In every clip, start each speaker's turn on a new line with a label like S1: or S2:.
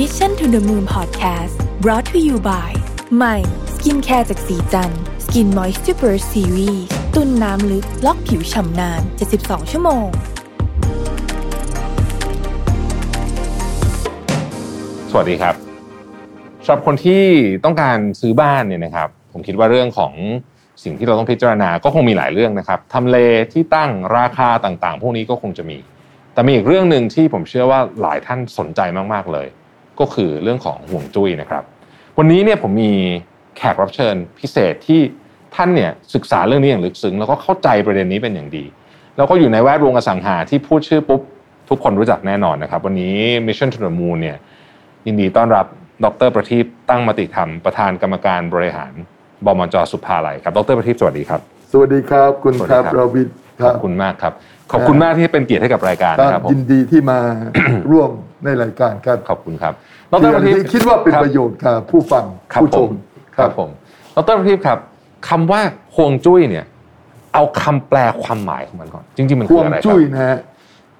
S1: Mission to the Moon Podcast brought to you by ใหม่สกินแคร์จากสีจันสกินมอยส์ซูเปอร์ซีรีส์ตุ้นน้ำลึกล็อกผิวฉ่ำนาน 72 ชั่วโมง
S2: สวัสดีครับสำหรับคนที่ต้องการซื้อบ้านเนี่ยนะครับ ผมคิดว่าเรื่องของสิ่งที่เราต้องพิจารณาก็คงมีหลายเรื่องนะครับทำเลที่ตั้งราคาต่างๆ พวกนี้ก็คงจะมี แต่มีอีกเรื่องหนึ่งที่ผมเชื่อว่าหลายท่านสนใจมากๆเลย ก็คือเรื่องของห่วงจุ้ยนะครับ วันนี้เนี่ยผมมีแขกรับเชิญพิเศษที่ท่านเนี่ยศึกษาเรื่องนี้อย่างลึกซึ้งแล้วก็เข้าใจประเด็นนี้เป็นอย่างดี แล้วก็อยู่ในแวดวงอสังหาที่พูดชื่อปุ๊บ ทุกคนรู้จักแน่นอนนะครับ วันนี้ Mission to the Moon เนี่ยยินดีต้อนรับดรประทีปตั้งมติธรรม ประธานกรรมการบริหารบมจสุภาลัยครับดรประทีปสวัสดีครับ
S3: สวัสดีครับคุณ
S2: สวัสดี
S3: ค
S2: ครั
S3: รับ บราวิทย์ค
S2: ข
S3: รั
S2: อ
S3: บบ
S2: คุณมากครับ ขอบคุณมากที่ให้เป็นเกียรติให้กับรายการ
S3: ครับ
S2: นะครับผ
S3: ยิ
S2: ม
S3: นดีที่มา ร่วมในรายการครับ
S2: ขอบคุณครับด
S3: สิ่
S2: รง ประทีป
S3: ที่คิดว่าเป็น
S2: รับ
S3: ประโยชน์กับผู้ฟัง
S2: ครับ
S3: ผู้ช
S2: ผ
S3: ม
S2: ม ครับผมดรประทีปครับคำว่าฮวงจุ้ยเนี่ย เอาคำแปลความหมายของมันก่อน จริงๆ มัน
S3: ฮ
S2: คือ
S3: วง
S2: อะไรครับ
S3: จุ้ยนะฮะ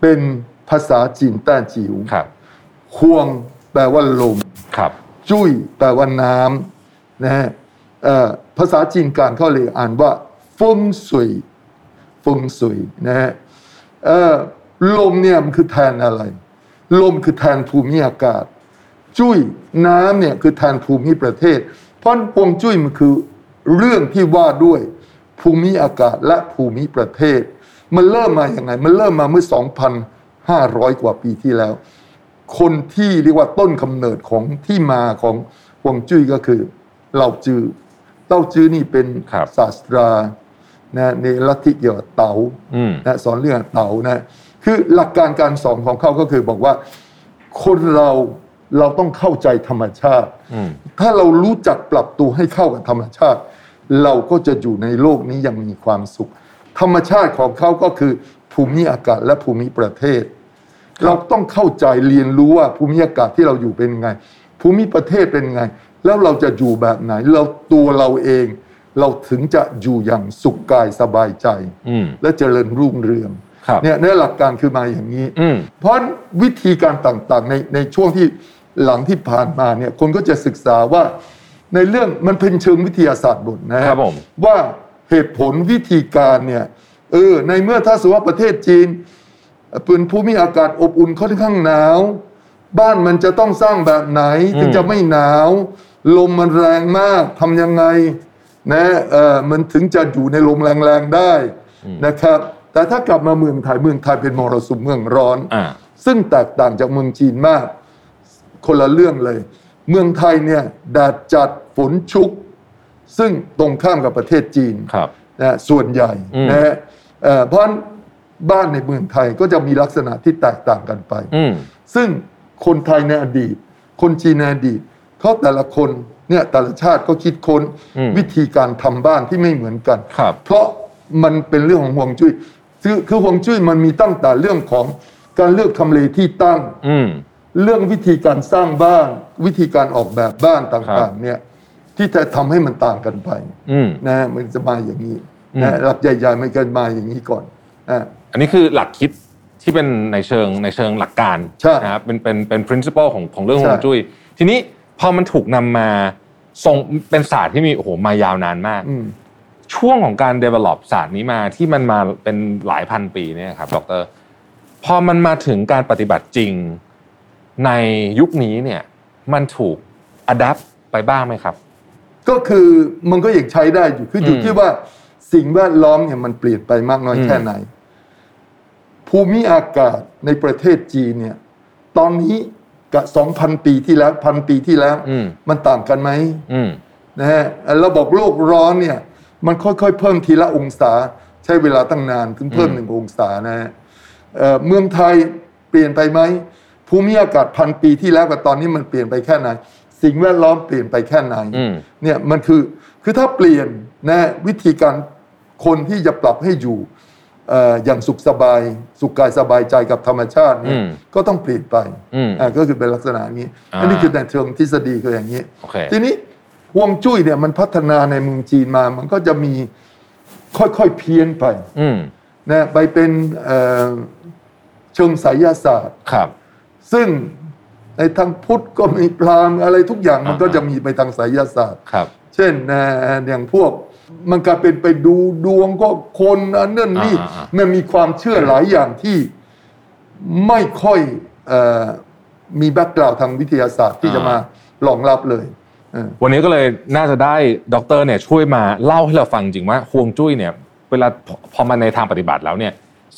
S3: เป็นภาษาจีนแต้จิ๋ว
S2: ครับ
S3: ฮวงแปลว่าลม
S2: ครับ
S3: จุ้ยแปลว่าน้ำนะฮะเอ่อภาษาจีนกลางเขาเลยอ่านว่าฟงสุยฟงสุยนะฮะเอ่อลมเนี่ยมันคือแทนอะไร ลมคือแทนภูมิอากาศ จุ้ยน้ำเนี่ยคือแทนภูมิประเทศ เพราะพวงจุ้ยมันคือเรื่องที่ว่าด้วยภูมิอากาศและภูมิประเทศ มันเริ่มมาอย่างไง มันเริ่มมาเมื่อ 2,500 กว่าปีที่แล้ว คนที่เรียกว่าต้นกำเนิดของที่มาของฮวงจุ้ยก็คือเหล่าจือเหล่าจือนี่เป็น
S2: ครับ
S3: ศาสตรานะในลัทธิเกี่ยวกับเต๋า
S2: อืม
S3: นะสอนเรื่องเต่านะคือหลักการการสอนของเขาก็คือบอกว่า คนเราเราต้องเข้าใจธรรมชาติ
S2: อืม
S3: ถ้าเรารู้จักปรับตัวให้เข้ากับธรรมชาติ เราก็จะอยู่ในโลกนี้อย่างมีความสุข ธรรมชาติของเขาก็คือภูมิอากาศและภูมิประเทศ เราต้องเข้าใจเรียนรู้ว่าภูมิอากาศที่เราอยู่เป็นไง ภูมิประเทศเป็นไง แล้วเราจะอยู่แบบไหน เราตัวเราเอง เราถึงจะอยู่อย่างสุขกายสบายใจ
S2: อืม
S3: และเจริญรุ่งเรือง
S2: ครับ
S3: เนี่ยเนี่ยหลักการคือมาอย่างนี้
S2: อืม
S3: เพราะวิธีการต่างๆในในช่วงที่หลังที่ผ่านมาเนี่ยคนก็จะศึกษาว่าในเรื่องมันเป็นเชิงวิทยาศาสตร์บทนะฮะ
S2: ครับผม
S3: ว่าเหตุผลวิธีการเนี่ยเออในเมื่อถ้าสมมติว่าประเทศจีนเอ่อเป็นภูมิอากาศอบอุ่นค่อนข้างหนาว บ้านมันจะต้องสร้างแบบไหนถึง
S2: อืม
S3: จะไม่หนาว ลมมันแรงมากทำยังไงนะเออมันถึงจะอยู่ในลมแรงๆได้นะครับ แต่ถ้ากลับมาเมืองไทยเมืองไทยเป็นมรสุมเมืองร้อน
S2: อ่า
S3: ซึ่งแตกต่างจากเมืองจีนมาก คนละเรื่องเลย เมืองไทยเนี่ยแดดจัดฝนชุก ซึ่งตรงข้ามกับประเทศจีน
S2: ครับ
S3: นะฮะส่วนใหญ่
S2: อืม
S3: นะฮะเอ่อเพราะฉะนั้นบ้านในเมืองไทยก็จะมีลักษณะที่แตกต่างกันไป
S2: อืม
S3: ซึ่งคนไทยในอดีต คนจีนในอดีตเขาแต่ละคนเนี่ยแต่ละชาติก็คิดค้น
S2: อืม
S3: วิธีการทำบ้านที่ไม่เหมือนกัน
S2: ครับ
S3: เพราะมันเป็นเรื่องของห่วงจุ้ยคือคือห่วงจุ้ยมันมีตั้งแต่เรื่องของการเลือกทำเลที่ตั้ง
S2: อืม
S3: เรื่องวิธีการสร้างบ้าน วิธีการออกแบบบ้านต
S2: ครั่
S3: า
S2: บ
S3: งๆเนี่ยที่จะทำให้มันต่างกันไป
S2: อืม
S3: นะฮะมันจะมาอย่างนี้
S2: อืม
S3: นะฮะหลักใหญ่ๆมันก็มาอย่างนี้ก่อนนะ
S2: อันนี้คือหลักคิดที่เป็นในเชิงในเชิงหลักการ
S3: ใช่
S2: นะครับเป็นเป็นเป็น principle ของของเรื่องฮ
S3: ใช่
S2: วงจุ้ยทีนี้พอมันถูกนำมาทรงเป็นศาสตร์ที่มีโอ้โหมายาวนานมาก
S3: อืม
S2: ช่วงของการ develop ศาสตร์นี้มาที่มันมาเป็นหลายพันปีเนี่ยครับดรพอมันมาถึงการปฏิบัติจริงในยุคนี้เนี่ยมันถูก adapt ไปบ้างไหมครับ
S3: ก็คือมันก็ยังใช้ได้อยู่คืออยู่
S2: อืม
S3: ที่ว่าสิ่งแวดล้อมเนี่ยมันเปลี่ยนไปมากน้อย
S2: อืม
S3: แค่ไหน ภูมิอากาศในประเทศจีนเนี่ยตอนนี้กับ 2,000 ปีที่แล้วพันปีที่แล้ว
S2: อืม
S3: มันต่างกันไหม
S2: อืม
S3: นะฮะระบบโลกร้อนเนี่ยมันค่อยๆ เพิ่มทีละองศา ใช้เวลาตั้งนานถึงเพิ่ม
S2: อืม
S3: หนึ่งองศานะฮะเอ่อเมืองไทยเปลี่ยนไปไหมภูมิอากาศพันปีที่แล้วกับตอนนี้มันเปลี่ยนไปแค่ไหน สิ่งแวดล้อมเปลี่ยนไปแค่ไหน
S2: อืม
S3: เนี่ยมันคือคือถ้าเปลี่ยนนะวิธีการคนที่จะปรับให้อยู่เอ่ออย่างสุขสบาย สุขกายสบายใจกับธรรมชาติเนี่ย
S2: อืม
S3: ก็ต้องเปลี่ยนไป
S2: อืม
S3: อ่าก็คือเป็นลักษณะอย่างนี้
S2: อ่า
S3: อันนี้คือในเชิงทฤษฎีคืออย่างนี้
S2: โอเค
S3: ทีนี้ฮวงจุ้ยเนี่ยมันพัฒนาในเมืองจีนมา มันก็จะมีค่อยๆเพี้ยนไป
S2: อืม
S3: นะไปเป็นเอ่อเชิงไสยศาสตร์
S2: ครับ
S3: ซึ่ง ในทางพุทธก็มีพราหมณ์อะไรทุกอย่างมัน
S2: อ่า
S3: ก็จะมีไปทางไสยศาสตร์
S2: ครับ
S3: เช่นเอ่ออย่างพวกมันกลายเป็นไปดูดวงก็คนอันนั่นนี่
S2: อ่าอ่าอ่า
S3: มันมีความเชื่อหลายอย่างที่ไม่ค่อยเอ่อมีแบ็กกราวทางวิทยาศาสตร์ที่จะมารองรับเลยเออ
S2: วันนี้ก็เลยน่าจะได้ด็อกเตอร์เนี่ยช่วยมาเล่าให้เราฟังจริงว่าฮวงจุ้ยเนี่ยเวลาพอพอมาในทางปฏิบัติแล้วเนี่ย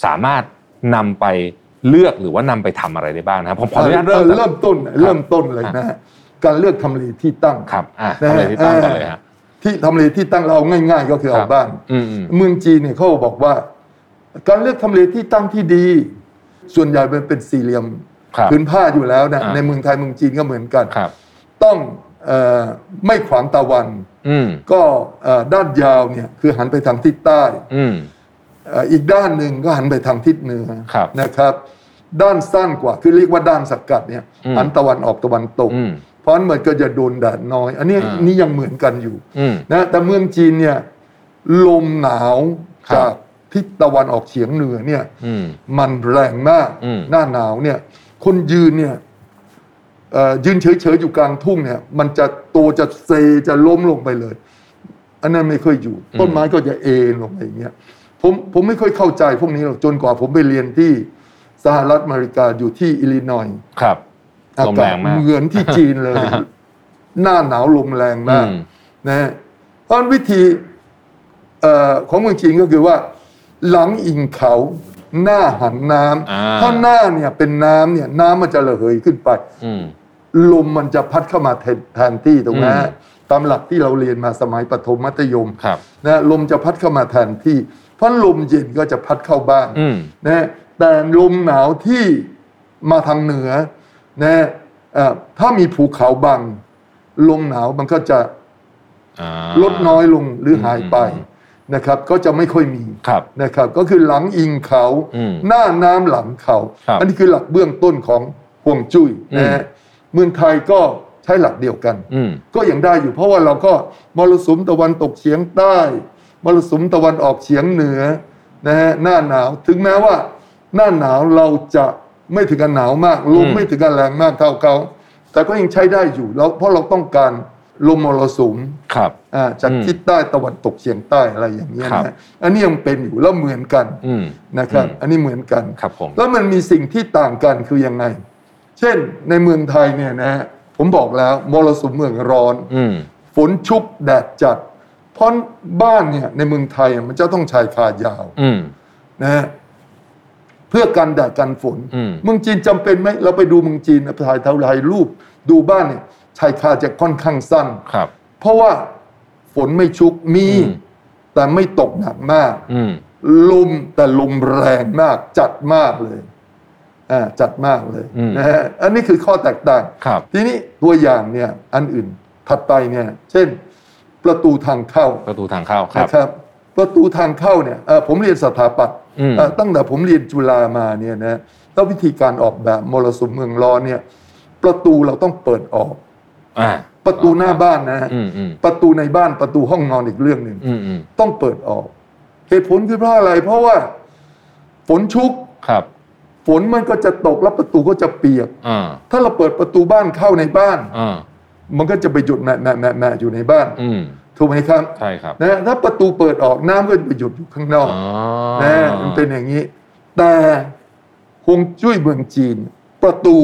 S2: สามารถนำไปเลือกหรือว่านำไปทำอะไรได้บ้างนะครับผมขออนุญาตเริ่ม
S3: เออ
S2: จาก
S3: เริ่มต้นเริ่มต้นเลยนะฮะการเลือกทำเลที่ตั้ง
S2: ครับอ่ะ
S3: นะ
S2: ทำ
S3: ฮะ
S2: เลที่ตั้งก่อนเลยฮะ
S3: ที่ทำเลที่ตั้งเราเอาง่าย ๆ ก็คือ
S2: ค
S3: เอา
S2: รับ
S3: บ้าน
S2: อืมอืม
S3: เมืองจีนเนี่ยเขาบอกว่า การเลือกทำเลที่ตั้งที่ดี ส่วนใหญ่มันเป็นสี่เหลี่ยม
S2: ครับ
S3: พื้นผ้าอยู่แล้วนะ
S2: อ่า
S3: ในเมืองไทยเมืองจีนก็เหมือนกัน
S2: ครับ
S3: ต้องเอ่อไม่ขวางตะวัน
S2: อืม
S3: ก็เอ่อด้านยาวเนี่ยคือหันไปทางทิศใต้
S2: อืม
S3: เอ่ออีกด้านหนึ่งก็หันไปทางทิศเหนือ
S2: ครับ
S3: นะครับ ด้านสั้นกว่าคือเรียกว่าด้านสกัดเนี่ย
S2: อืม
S3: หันตะวันออกตะวันตก
S2: อืม
S3: เพราะฉะนั้นมันก็จะโดนแดดน้อย อันนี้
S2: อ่านี่
S3: นี่ยังเหมือนกันอยู่
S2: อืม
S3: นะแต่เมืองจีนเนี่ยลมหนาว
S2: ครับ
S3: จากทิศตะวันออกเฉียงเหนือเนี่ย
S2: อืม
S3: มันแรงมาก
S2: อืม
S3: หน้าหนาวเนี่ยคนยืนเนี่ยเอ่อยืนเฉยๆอยู่กลางทุ่งเนี่ยมันจะโตวจะเซจะล้มลงไปเลย อันนั้นไม่เคยอยู่ ต้นไม้ก็จะเอ็นลงไปอย่างเงี้ยผมผมไม่ค่อยเข้าใจพวกนี้หรอกจนกว่าผมไปเรียนที่สหรัฐอเมริกาอยู่ที่อิลลินอยส์
S2: ครับ
S3: อา
S2: ลม
S3: กา
S2: แร
S3: ศ
S2: งมาก
S3: เหมือนที่จีน เลย หน้าหนาวลมแรงมาก
S2: อืม
S3: นะฮะเพราะฉะนั้นวิธีเอ่อของเมืองจีนก็คือว่า หลังอิงเขาหน้าหันน้
S2: อ่า
S3: ำถ้าหน้าเนี่ยเป็นน้ำเนี่ยน้ำมันจะระเหยขึ้นไป
S2: อืม
S3: ลมมันจะพัดเข้ามาแทนแทนที่ตรงนั้น
S2: อืม
S3: ตามหลักที่เราเรียนมาสมัยปฐมมัธยม
S2: ครับ
S3: นะลมจะพัดเข้ามาแทนที่ เพราะลมเย็นก็จะพัดเข้าบ้าน
S2: อืม
S3: นะแต่ลมหนาวที่มาทางเหนือนะเอ่อถ้ามีภูเขาบัง ลมหนาวมันก็จะ
S2: อ่า
S3: ลดน้อยลงหรือ
S2: ม
S3: อหายไป
S2: อืม
S3: นะครับ ก็จะไม่ค่อยมี
S2: ครับ
S3: นะครับ ก็คือหลังอิงเขา
S2: อืม
S3: หน้าน้ำหลังเขา
S2: ครับ
S3: อันนี้คือหลักเบื้องต้นของห่วงจุ้ยนะฮะ
S2: อื
S3: เมืองไทยก็ใช้หลักเดียวกัน
S2: อืม
S3: ก็ยังได้อยู่เพราะว่าเราก็มรสุมตะวันตกเฉียงใต้ มรสุมตะวันออกเฉียงเหนือนะฮะหน้าหนาวถึงแม้ว่า หน้าหนาวเราจะไม่ถึงกับหนาวมากลม
S2: อืม
S3: ไม่ถึงกับแรงมากเท่าเขาแต่ก็ยังใช้ได้อยู่แล้วเพราะเราต้องการลมมรสุม
S2: ครับ
S3: อ่าจาก
S2: อืม
S3: ทิศใต้ตะวันตกเฉียงใต้อะไรอย่างเงี้ย
S2: ครับ
S3: นะอันนี้ยังเป็นอยู่แล้วเหมือนกัน
S2: อืม
S3: นะครับ อันนี้เหมือนกัน
S2: ครับผม
S3: แล้วมันมีสิ่งที่ต่างกันคือยังไง เช่นในเมืองไทยเนี่ยนะฮะผมบอกแล้วมรสุมเมืองร้อน
S2: อืม
S3: ฝนชุบแดดจัด เพราะบ้านเนี่ยในเมืองไทยมันจะต้องชายคายาว
S2: อืม
S3: นะฮะเพื่อกันแดดกันฝน
S2: อืม
S3: เมืองจีนจำเป็นไหมเราไปดูเมืองจีนนะถ่ายเท่าไรรูป ดูบ้านเนี่ยชายคาจะค่อนข้างสั้น
S2: ครับ
S3: เพราะว่าฝนไม่ชุกมี
S2: อืม
S3: แต่ไม่ตกหนักมาก
S2: อืม
S3: ลมแต่ลมแรงมากจัดมากเลยอ่าจัดมากเลย
S2: อืม
S3: นะฮะอันนี้คือข้อแตกต่าง
S2: ครับ
S3: ทีนี้ตัวอย่างเนี่ยอันอื่นถัดไปเนี่ยเช่น ประตูทางเข้า
S2: ประตูทางเข้าครับ
S3: นะครับ ประตูทางเข้าเนี่ยเอ่อผมเรียนสถาปัตย์
S2: อืม
S3: เอ่อตั้งแต่ผมเรียนจุฬามาเนี่ยนะแล้ววิธีการออกแบบมรสุมเมืองร้อนเนี่ย ประตูเราต้องเปิดออก
S2: อ่า
S3: ประตูหน้าบ้านนะฮะ
S2: อืมอืม
S3: ประตูในบ้านประตูห้องนอนอีกเรื่องหนึ่ง
S2: อืมอืม
S3: ต้องเปิดออก เหตุผลคือเพราะอะไร เพราะว่าฝนชุก
S2: ครับ
S3: ฝนมันก็จะตกแล้วประตูก็จะเปียก
S2: อ่า
S3: ถ้าเราเปิดประตูบ้านเข้าในบ้าน
S2: อ่า
S3: มันก็จะไปหยุดแม่แม่แม่แม่อยู่ในบ้าน
S2: อืม
S3: ถูกไหมครับ
S2: ใช่ครับ
S3: นะถ้าประตูเปิดออกน้ำก็จะไปหยุดอยู่ข้างนอก
S2: อ๋อ
S3: นะมันเป็นอย่างนี้ แต่ฮวงจุ้ยเมืองจีน ประตู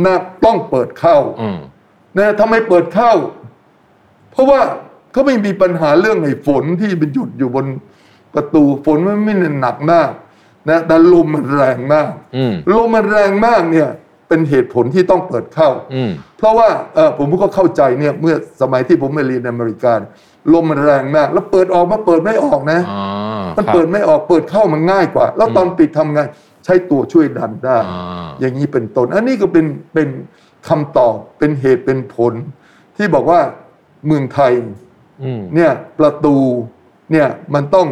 S3: หน้าต้องเปิดเข้า
S2: อืม
S3: นะทำไมเปิดเข้า เพราะว่าเขาไม่มีปัญหาเรื่องไอ้ฝนที่มันหยุดอยู่บนประตูฝนมันไม่หนักมากนะแต่ลมมันแรงมาก
S2: อืม
S3: ลมมันแรงมากเนี่ย เป็นเหตุผลที่ต้องเปิดเข้า
S2: อืม
S3: เพราะว่าเออผมก็เข้าใจเนี่ยเมื่อสมัยที่ผมไปเรียนในอเมริกาเนี่ยลมมันแรงมาก แล้วเปิดออกมาเปิดไม่ออกนะ
S2: อ๋อ
S3: มัน
S2: ครับ
S3: เปิดไม่ออกเปิดเข้ามันง่ายกว่า แล้วตอนปิดทำไงใช้ตัวช่วยดันได้
S2: อ่า
S3: อย่างนี้เป็นต้นอันนี้ก็เป็นเป็นคำตอบเป็นเหตุเป็นผล ที่บอกว่าเมืองไทย
S2: อืม
S3: เนี่ยประตูเนี่ยมันต้อง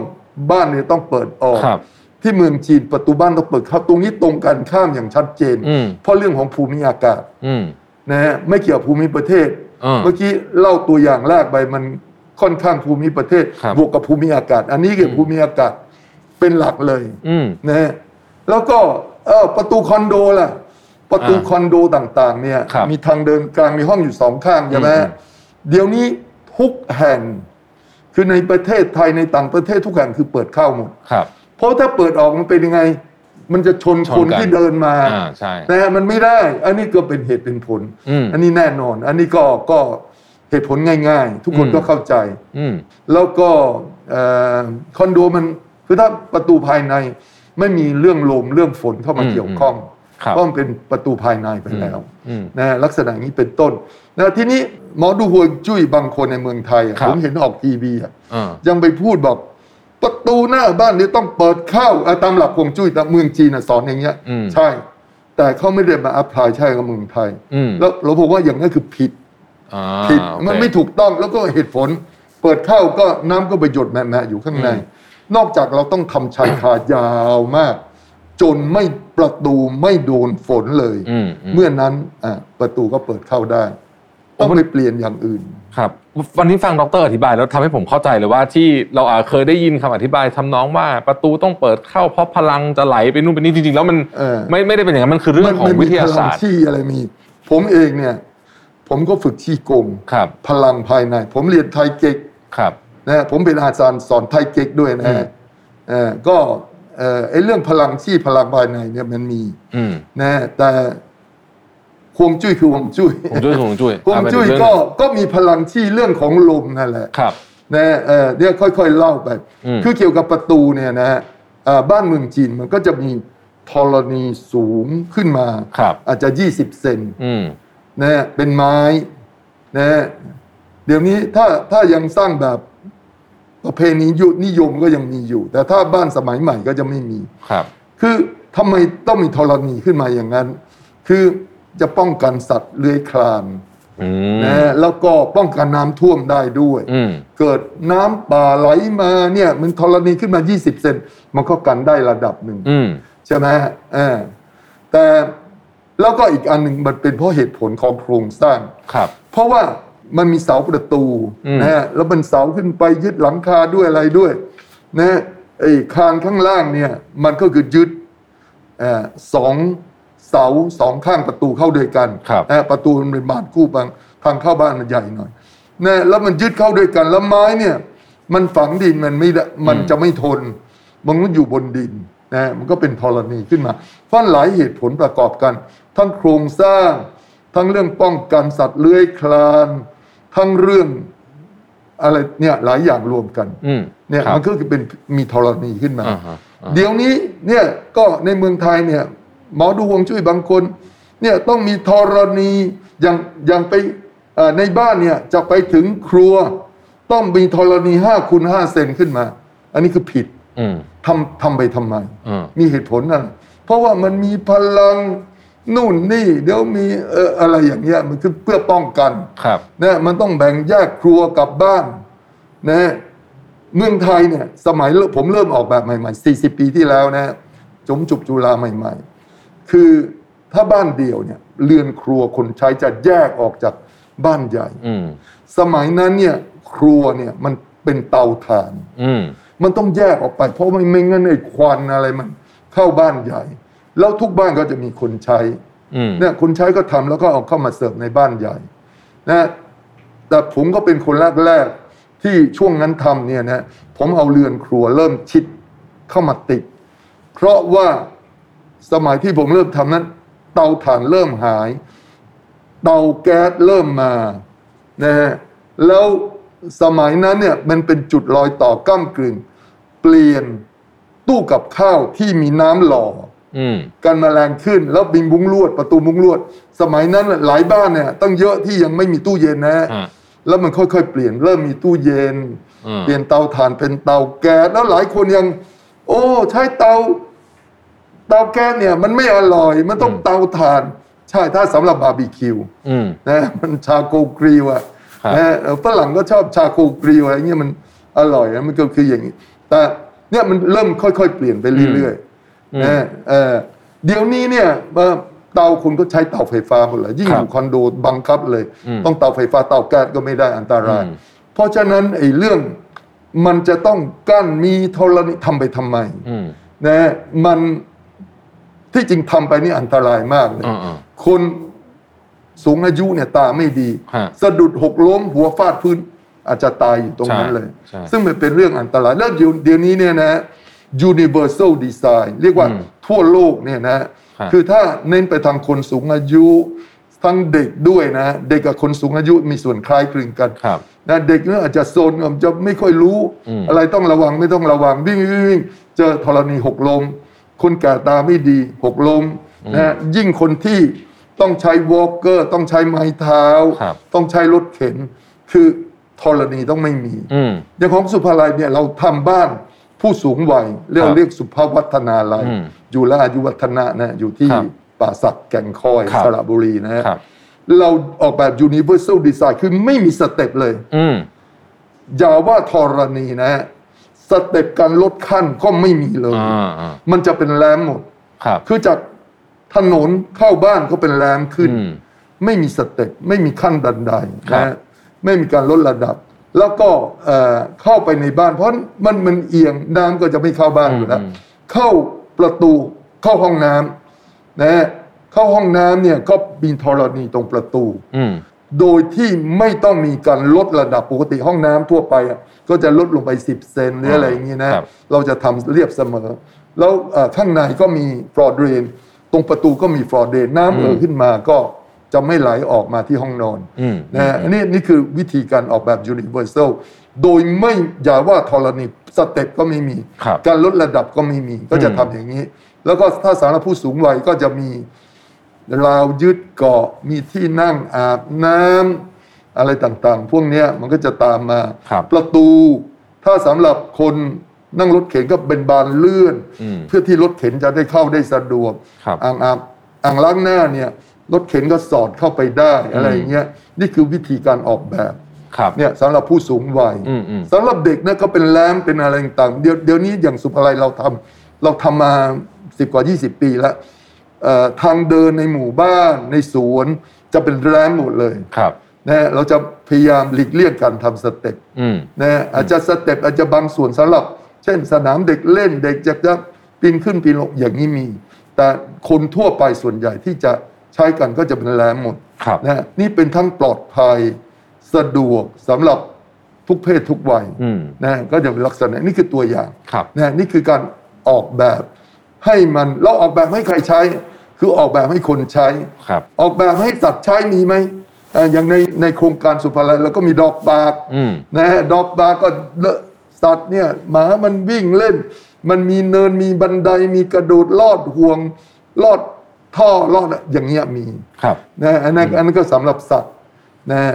S3: บ้านเนี่ยต้องเปิดออก
S2: ครับ
S3: ที่เมืองจีนประตูบ้านต้องเปิดเข้าตรงนี้ตรงกันข้ามอย่างชัดเจน
S2: อืม
S3: เพราะเรื่องของภูมิอากาศ
S2: อืม
S3: นะฮะไม่เกี่ยวกับภูมิประเทศ
S2: อ่า
S3: เมื่อกี้เล่าตัวอย่างแรกไปมันค่อนข้างภูมิประเทศ
S2: ครับ
S3: บวกกับภูมิอากาศ อันนี้คือ
S2: ม
S3: อภูมิอากาศเป็นหลักเลย
S2: อืม
S3: นะฮะแล้วก็เออประตูคอนโดล่ะ ประตู
S2: อ่า
S3: คอนโดต่างๆเนี่ย
S2: ครับ
S3: มีทางเดินกลางมีห้องอยู่สองข้างใช่ไหม
S2: อืม
S3: เดี๋ยวนี้ทุกแห่ง คือในประเทศไทยในต่างประเทศทุกแห่งคือเปิดเข้าหมด
S2: ครับ
S3: เพราะถ้าเปิดออกมันเป็นยังไง มันจะชน
S2: ชนกัน
S3: คนที่เดินมา
S2: อ่าใช่
S3: แต่มันไม่ได้ อันนี้ก็เป็นเหตุเป็นผล
S2: อืม
S3: อันนี้แน่นอน อันนี้ก็ก็เหตุผลง่าย ๆ ทุกคน
S2: อืม
S3: ก็เข้าใจ
S2: อืม
S3: แล้วก็เอ่อคอนโดมันคือถ้าประตูภายในไม่มีเรื่องลมเรื่องฝนเข้ามา
S2: อืม
S3: เกี่ยวข้อง
S2: ครับ
S3: เพราะมันเป็นประตูภายในไปแล้ว
S2: อืม
S3: นะลักษณะอย่างนี้เป็นต้นนะทีนี้หมอดูหวงจุ้ยบางคนในเมืองไทยอะ
S2: ครับ
S3: ผมเห็นออกทีวีอะ
S2: อ่า
S3: ยังไปพูดบอกประตูหน้าบ้านเนี่ยต้องเปิดเข้าอ่ะตามหลักฮวงจุ้ยแต่เมืองจีนน่ะสอนอย่างเงี้ย
S2: อืม
S3: ใช่ แต่เขาไม่ได้มาอัพพลายใช่กับเมืองไทย
S2: อืม
S3: แล้วเราพบว่าอย่างนั้นคือผิด
S2: อ่า
S3: ผิด
S2: โอเค
S3: มันไม่ถูกต้องแล้วก็เหตุผล เปิดเข้าก็น้ำก็ไปหยดแม่ๆอยู่ข้างใน นอกจากเราต้องทำชายคายาวมาก จนไม่ประตูไม่โดนฝนเลย
S2: อืมอืม
S3: เมื่อนั้นอ่ะประตูก็เปิดเข้าได้ ต้องไปเปลี่ยนอย่างอื่น
S2: ครับวันนี้ฟังดรอธิบายแล้วทำให้ผมเข้าใจเลยว่าที่เราอาจเคยได้ยินคำอธิบายทำนองว่าประตูต้องเปิดเข้าเพราะพลังจะไหลไปนู่นไปนี่จริงๆ แล้วมัน
S3: เออ
S2: ไม่ไม่ได้เป็นอย่างนั้นมันคือเรื่องของ
S3: มั
S2: วิท
S3: มีพ
S2: ยา
S3: ลั
S2: ศาสตร์
S3: ที่อะไรมี ผมเองเนี่ย ผมก็ฝึกที่กง
S2: ครับ
S3: พลังภายใน ผมเรียนไทยเก๊ก
S2: ครับ
S3: นะผมเป็นอาจารย์สอนไทยเก๊กด้วยนะ
S2: อืม
S3: เอ่อก็เอ่อไอ้เรื่องพลังที่พลังภายในเนี่ยมันมี
S2: อืม
S3: นะแต่ควงจุ้ยคือควงจุ้ย
S2: ผมช่วยผมช่วย
S3: คว ง
S2: อ่ะเป็น
S3: จุ้ย
S2: เรื่อง
S3: ก็ก็มีพลังที่เรื่องของลมนั่นแหละ
S2: ครับ
S3: นะเอ่อเนี่ยค่อยๆเล่าไป
S2: อืม
S3: คือเกี่ยวกับประตูเนี่ยนะฮะเอ่อบ้านเมืองจีนมันก็จะมีธรณีสูงขึ้นมา
S2: ครับ
S3: อาจจะ 20 เซน
S2: อืม
S3: นะฮะเป็นไม้นะฮะเดี๋ยวนี้ถ้าถ้ายังสร้างแบบประเพณียุนิยมก็ยังมีอยู่ แต่ถ้าบ้านสมัยใหม่ก็จะไม่มี
S2: ครับ
S3: คือทำไมต้องมีธรณีขึ้นมาอย่างนั้น คือจะป้องกันสัตว์เลื้อยคลาน
S2: อืม
S3: นะฮะแล้วก็ป้องกันน้ำท่วมได้ด้วย
S2: อืม
S3: เกิดน้ำป่าไหลมาเนี่ยมันธรณีขึ้นมา 20 เซนมันก็กันได้ระดับหนึ่ง
S2: อืม
S3: ใช่ไหมฮะเออแต่แล้วก็อีกอันหนึ่งมันเป็นเพราะเหตุผลของโครงสร้าง
S2: ครับ
S3: เพราะว่ามันมีเสาประตู
S2: อืม
S3: นะฮะแล้วมันเสาขึ้นไปยึดหลังคาด้วยอะไรด้วยนะฮะไอ้คานข้างล่างเนี่ยมันก็คือยึดเอ่อสองเสาสองข้างประตูเข้าด้วยกัน
S2: ครับ
S3: นะฮะประตูมันเป็นบานคู่บางทางเข้าบ้านมันใหญ่หน่อยนะฮะแล้วมันยึดเข้าด้วยกันแล้วไม้เนี่ย มันฝังดินมันไม่ได้มันจะไม่ทน มันก็อยู่บนดินนะฮะมันก็เป็นธรณีขึ้นมาเพราะหลายเหตุผลประกอบกัน ทั้งโครงสร้าง ทั้งเรื่องป้องกันสัตว์เลื้อยคลาน ทั้งเรื่องอะไรเนี่ยหลายอย่างรวมกัน
S2: อืม
S3: เนี่ย
S2: ครับ
S3: มันก็คือเป็นมีธรณีขึ้นมา
S2: อ่าฮะอ่า
S3: เดี๋ยวนี้เนี่ยก็ในเมืองไทยเนี่ยหมอดูฮวงจุ้ยบางคนเนี่ยต้องมีธรณีอย่างอย่างไปเอ่อในบ้านเนี่ยจะไปถึงครัว ต้องมีธรณีห้าคูณห้าเซนขึ้นมา อันนี้คือผิด
S2: อืม
S3: ทำทำไปทำไม
S2: อืม
S3: มีเหตุผลนั่นเพราะว่ามันมีพลังนู่นนี่ เดี๋ยวมีเอ่ออะไรอย่างเงี้ยมันคือเพื่อป้องกัน
S2: ครับ
S3: นะมันต้องแบ่งแยกครัวกับบ้านนะเมืองไทยเนี่ยสมัยเริ่มผมเริ่มออกแบบใหม่ๆ 40 ปีที่แล้วนะจมจุบจุลาใหม่ ๆ คือถ้าบ้านเดี่ยวเนี่ยเรือนครัวคนใช้จะแยกออกจากบ้านใหญ่
S2: อืม
S3: สมัยนั้นเนี่ยครัวเนี่ยมันเป็นเตาถ่าน
S2: อืม
S3: มันต้องแยกออกไปเพราะไม่ไม่งั้นไอ้ควันอะไรมันเข้าบ้านใหญ่ แล้วทุกบ้านก็จะมีคนใช้
S2: อืม
S3: เนี่ยคนใช้ก็ทำแล้วก็เอาเข้ามาเสิร์ฟในบ้านใหญ่นะแต่ผมก็เป็นคนแรกๆที่ช่วงนั้นทำเนี่ยนะผมเอาเรือนครัวเริ่มชิดเข้ามาติด เพราะว่าสมัยที่ผมเริ่มทำนั้น เตาถ่านเริ่มหาย เตาแก๊สเริ่มมานะฮะแล้วสมัยนั้นเนี่ยมันเป็นจุดรอยต่อก้ามกลืนเปลี่ยนตู้กับข้าวที่มีน้ำหล่อ
S2: อืม
S3: กันแมลงขึ้น แล้วบินบุ้งลวด ประตูมุ้งลวด สมัยนั้นน่ะหลายบ้านเนี่ยตั้งเยอะที่ยังไม่มีตู้เย็นนะฮะ
S2: อ่า
S3: แล้วมันค่อยๆเปลี่ยนเริ่มมีตู้เย็น
S2: อืม
S3: เปลี่ยนเตาถ่านเป็นเตาแก๊สแล้วหลายคนยัง โอ้ใช้เตา เตาแก๊สเนี่ย มันไม่อร่อยมันต้องเตาถ่าน ใช่ถ้าสำหรับบาร์บีคิว
S2: อืม
S3: นะ มันชาโกกรีวอะ
S2: ครับ
S3: นะเอ่อฝรั่งก็ชอบชาโกกรีวอะไรเงี้ยมันอร่อยนะมันก็คืออย่างนี้ แต่เนี่ยมันเริ่มค่อยๆ เปลี่ยนไปเรื่อยๆนะเอ่อเดี๋ยวนี้เนี่ยเอ่อเตาคุณก็ใช้เตาไฟฟ้าหมดเลยยิ่งอยู่คอนโดบังคับเลย ต้องเตาไฟฟ้าเตาแก๊สก็ไม่ได้อันตราย เพราะฉะนั้นไอ้เรื่องมันจะต้องกั้นมีธรณีทำไปทำไม
S2: อืม
S3: นะมัน ที่จริงทำไปนี่อันตรายมากเลย
S2: อ่า
S3: คนสูงอายุเนี่ยตาไม่ดี
S2: ฮะ
S3: สะดุดหกล้มหัวฟาดพื้น อาจจะตายอยู่ตรงนั้น
S2: ใช่
S3: เลย
S2: ใช่
S3: ซึ่งมันเป็นเรื่องอันตราย แล้วเดี๋ยวเดี๋ยวนี้เนี่ยนะ universal design เรียกว่า
S2: อืม
S3: ทั่วโลกเนี่ยนะ
S2: ฮะ
S3: คือถ้าเน้นไปทางคนสูงอายุทั้งเด็กด้วยนะ เด็กกับคนสูงอายุมีส่วนคล้ายคลึงกัน
S2: ๆครับ
S3: นะเด็กเนี่ยอาจจะโซนอาจจะไม่ค่อยรู้
S2: อืม
S3: อะไรต้องระวังไม่ต้องระวังวิ่งวิ่งวิ่งเจอธรณีหกลมคนแก่ตาไม่ดีหกลมนะยิ่งคนที่ต้องใช้วอล์กเกอร์ต้องใช้ไม้เท้า
S2: ครับ
S3: ต้องใช้รถเข็น คือธรณีต้องไม่มี
S2: อืม
S3: อย่างของสุภาลัยเนี่ยเราทำบ้านผู้สูงวัยเรียก
S2: ครับ
S3: เรียกสุภาวัฒนาลัย
S2: อืม
S3: อยู่ละอายุวัฒนะนะอยู่ที่
S2: ครับ
S3: ป่าสักแก่งคอย
S2: ครับ
S3: สระบุรีนะฮะ
S2: ครับ
S3: เราออกแบบ universal design คือไม่มีสเต็ปเลย
S2: อืม
S3: อย่าว่าธรณีนะฮะสเต็ปการลดขั้นก็ไม่มีเลย
S2: อ่าอ่า
S3: มันจะเป็นแรมหมด
S2: ครับ
S3: คือจากถนนเข้าบ้านก็เป็นแรมขึ้น
S2: อืม
S3: ไม่มีสเต็ปไม่มีขั้นบันได
S2: ครั
S3: นะ
S2: บ
S3: ฮะไม่มีการลดระดับ แล้วก็เอ่อเข้าไปในบ้าน เพราะมันมันเอียงน้ำก็จะไม่เข้าบ้านอยู่แล้วเข้าประตูเข้าห้องน้ำนะฮะเข้าห้องน้ำเนี่ยก็มีธรณีตรงประตู
S2: อืม
S3: โดยที่ไม่ต้องมีการลดระดับปกติห้องน้ำทั่วไปอ่ะก็จะลดลงไป 10 เซนหรืออะไรอย่างนี้นะครับ เราจะทำเรียบเสมอ แล้วเอ่อข้างในก็มีฟลอร์เดรนตรงประตูก็มีฟลอร์เดรนน้ำเอ่อขึ้นมาก็จะไม่ไหลออกมาที่ห้องนอน
S2: อืม
S3: นะฮะอันนี่นี่คือวิธีการออกแบบ universal โดยไม่อย่าว่าธรณีสเต็ปก็ไม่มี
S2: ครับ
S3: การลดระดับก็ไม่มีก็จะทำอย่างนี้ แล้วก็ถ้าสำหรับผู้สูงวัยก็จะมี เราวยึดเกาะมีที่นั่งอาบน้ำอะไรต่างๆ พวกเนี้ยมันก็จะตามมา
S2: ครับ
S3: ประตูถ้าสำหรับคนนั่งรถเข็นก็เป็นบานเลื่อน
S2: อืม
S3: เพื่อที่รถเข็นจะได้เข้าได้สะดวก
S2: ครับ
S3: อ่างอาบอ่างล้างหน้าเนี่ยรถเข็นก็สอดเข้าไปได้อะไร
S2: อืม
S3: อย่างเงี้ยนี่คือวิธีการออกแบบ
S2: ครับ
S3: เนี่ยสำหรับผู้สูงวัย
S2: อืมอืม
S3: สำหรับเด็กเนี่ยก็เป็นแรมเป็นอะไรต่างๆเดี๋ยวเดี๋ยวนี้อย่างสุภาลัยเราทำเราทำมาสิบกว่า 20 ปีแล้วเอ่อทางเดินในหมู่บ้านในสวนจะเป็นแรมหมดเลย
S2: ครับ
S3: นะฮะเราจะพยายามหลีกเลี่ยงการทำสเต็ป
S2: อืม
S3: นะฮะอาจจะสเต็ปอาจจะบางส่วนสำหรับ เช่นสนามเด็กเล่นเด็กจะจะปีนขึ้นปีนลงอย่างนี้มี แต่คนทั่วไปส่วนใหญ่ที่จะใช้กันก็จะเป็นแรมหมด
S2: ครับ
S3: นะฮะนี่เป็นทั้งปลอดภัยสะดวกสำหรับทุกเพศทุกวัย
S2: อืม
S3: นะฮะก็จะเป็นลักษณะนี่คือตัวอย่าง
S2: ครับ
S3: นะฮะนี่คือการออกแบบให้มันเราออกแบบให้ใครใช้ คือออกแบบให้คนใช้
S2: ครับ
S3: ออกแบบให้สัตว์ใช้มีไหมเอ่ออย่างในในโครงการสุภาลัยเราก็มีดอกบาก
S2: อืม
S3: นะฮะดอกบาร์ก็เลอะสัตว์เนี่ยหมามันวิ่งเล่น มันมีเนินมีบันไดมีกระโดดลอดห่วง ลอดท่อลอดอะอย่างเงี้ยมี
S2: ครับ
S3: นะฮะอันนั้นอันนั้นก็สำหรับสัตว์นะฮะ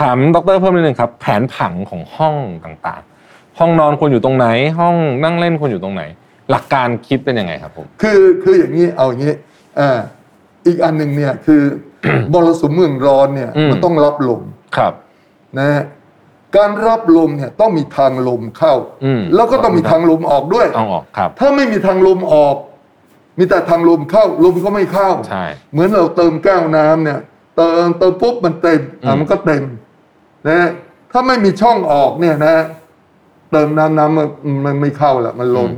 S2: ถามดรเพิ่มนิดนึงครับ แผนผังของห้องต่างๆ ห้องนอนควรอยู่ตรงไหน ห้องนั่งเล่นควรอยู่ตรงไหน หลักการคิดเป็นยังไงครับผม
S3: คือคืออย่างนี้เอาอย่างนี้อ่าอีกอันหนึ่งเนี่ย คือ มรสุมเมืองร้อนเนี่ย
S2: อืม
S3: มันต้องรับลม
S2: ครับ
S3: นะฮะการรับลมเนี่ยต้องมีทางลมเข้า
S2: อืม
S3: แล้วก็ต้องมีทางลมออกด้วย
S2: ต้องออกครับ
S3: ถ้าไม่มีทางลมออก มีแต่ทางลมเข้าลมก็ไม่เข้า
S2: ใช่
S3: เหมือนเราเติมแก้วน้ำเนี่ย เติมเติมปุ๊บมันเต็ม
S2: อื
S3: อ่ะ
S2: ม
S3: มันก็เต็มนะฮะถ้าไม่มีช่องออกเนี่ยนะฮะเติมน้ำน้ำมันมันไม่เข้าละมันล้น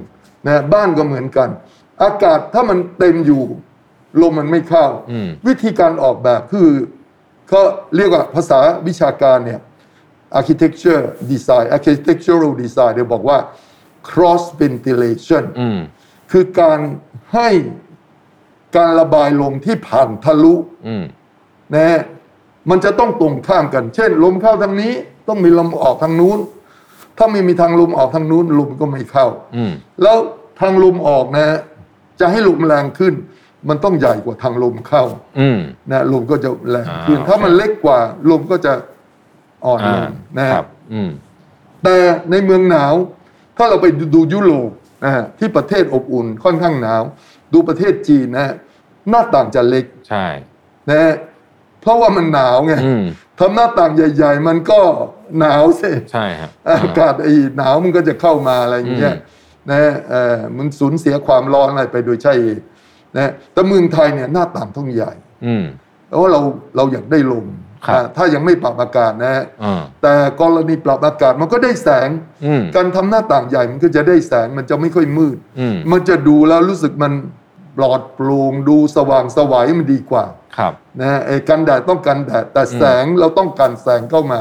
S3: นะฮะบ้านก็เหมือนกัน อากาศถ้ามันเต็มอยู่ลมมันไม่เข้า
S2: อืม
S3: วิธีการออกแบบคือก็เรียกว่าภาษาวิชาการเนี่ย architecture design architectural design เดี๋ยวบอกว่า cross ventilation
S2: อืม
S3: คือการให้การระบายลมที่ผ่านทะลุ
S2: อืม
S3: นะฮะมันจะต้องตรงข้ามกัน เช่น ลมเข้าทางนี้ต้องมีลมออกทางนู้น ถ้าไม่มีทางลมออกทางนู้นลมก็ไม่เข้า
S2: อืม
S3: แล้วทางลมออกนะฮะจะให้ลมแรงขึ้น มันต้องใหญ่กว่าทางลมเข้า
S2: อืม
S3: นะลมก็จะแรงขึ้น
S2: อ่า
S3: ถ้ามันเล็กกว่าลมก็จะอ่อน
S2: อ่า
S3: ลงนะฮะ
S2: ครับ อืม
S3: แต่ในเมืองหนาว ถ้าเราไปดูยุโรปนะฮะที่ประเทศอบอุ่นค่อนข้างหนาว ดูประเทศจีนนะฮะหน้าต่างจะเล็ก
S2: ใช่
S3: นะฮะเพราะว่ามันหนาวไง
S2: อืม
S3: ทำหน้าต่างใหญ่ ๆ มันก็หนาวสิ
S2: ใช่ฮะ
S3: อากาศไอ้หนาวมันก็จะเข้ามาอะไรอย่างเงี้ย
S2: อืม
S3: นะฮะเออมันสูญเสียความร้อนอะไรไปโดยใช่เหตุนะฮะแต่เมืองไทยเนี่ยหน้าต่างต้องใหญ่
S2: อืม
S3: แล้วเราเราอยากได้ลม
S2: ครับ
S3: อ่าถ้ายังไม่ปรับอากาศนะฮะ
S2: อ่า
S3: แต่กรณีปรับอากาศมันก็ได้แสง
S2: อืม
S3: การทำหน้าต่างใหญ่มันก็จะได้แสงมันจะไม่ค่อยมืด
S2: อืม
S3: มันจะดูแล้วรู้สึกมัน ปลอดโปร่งดูสว่างสวัยมันดีกว่า
S2: ครับ
S3: นะฮะไอ้กันแดดต้องกันแดดแต่แสงเราต้องการแสงเข้ามา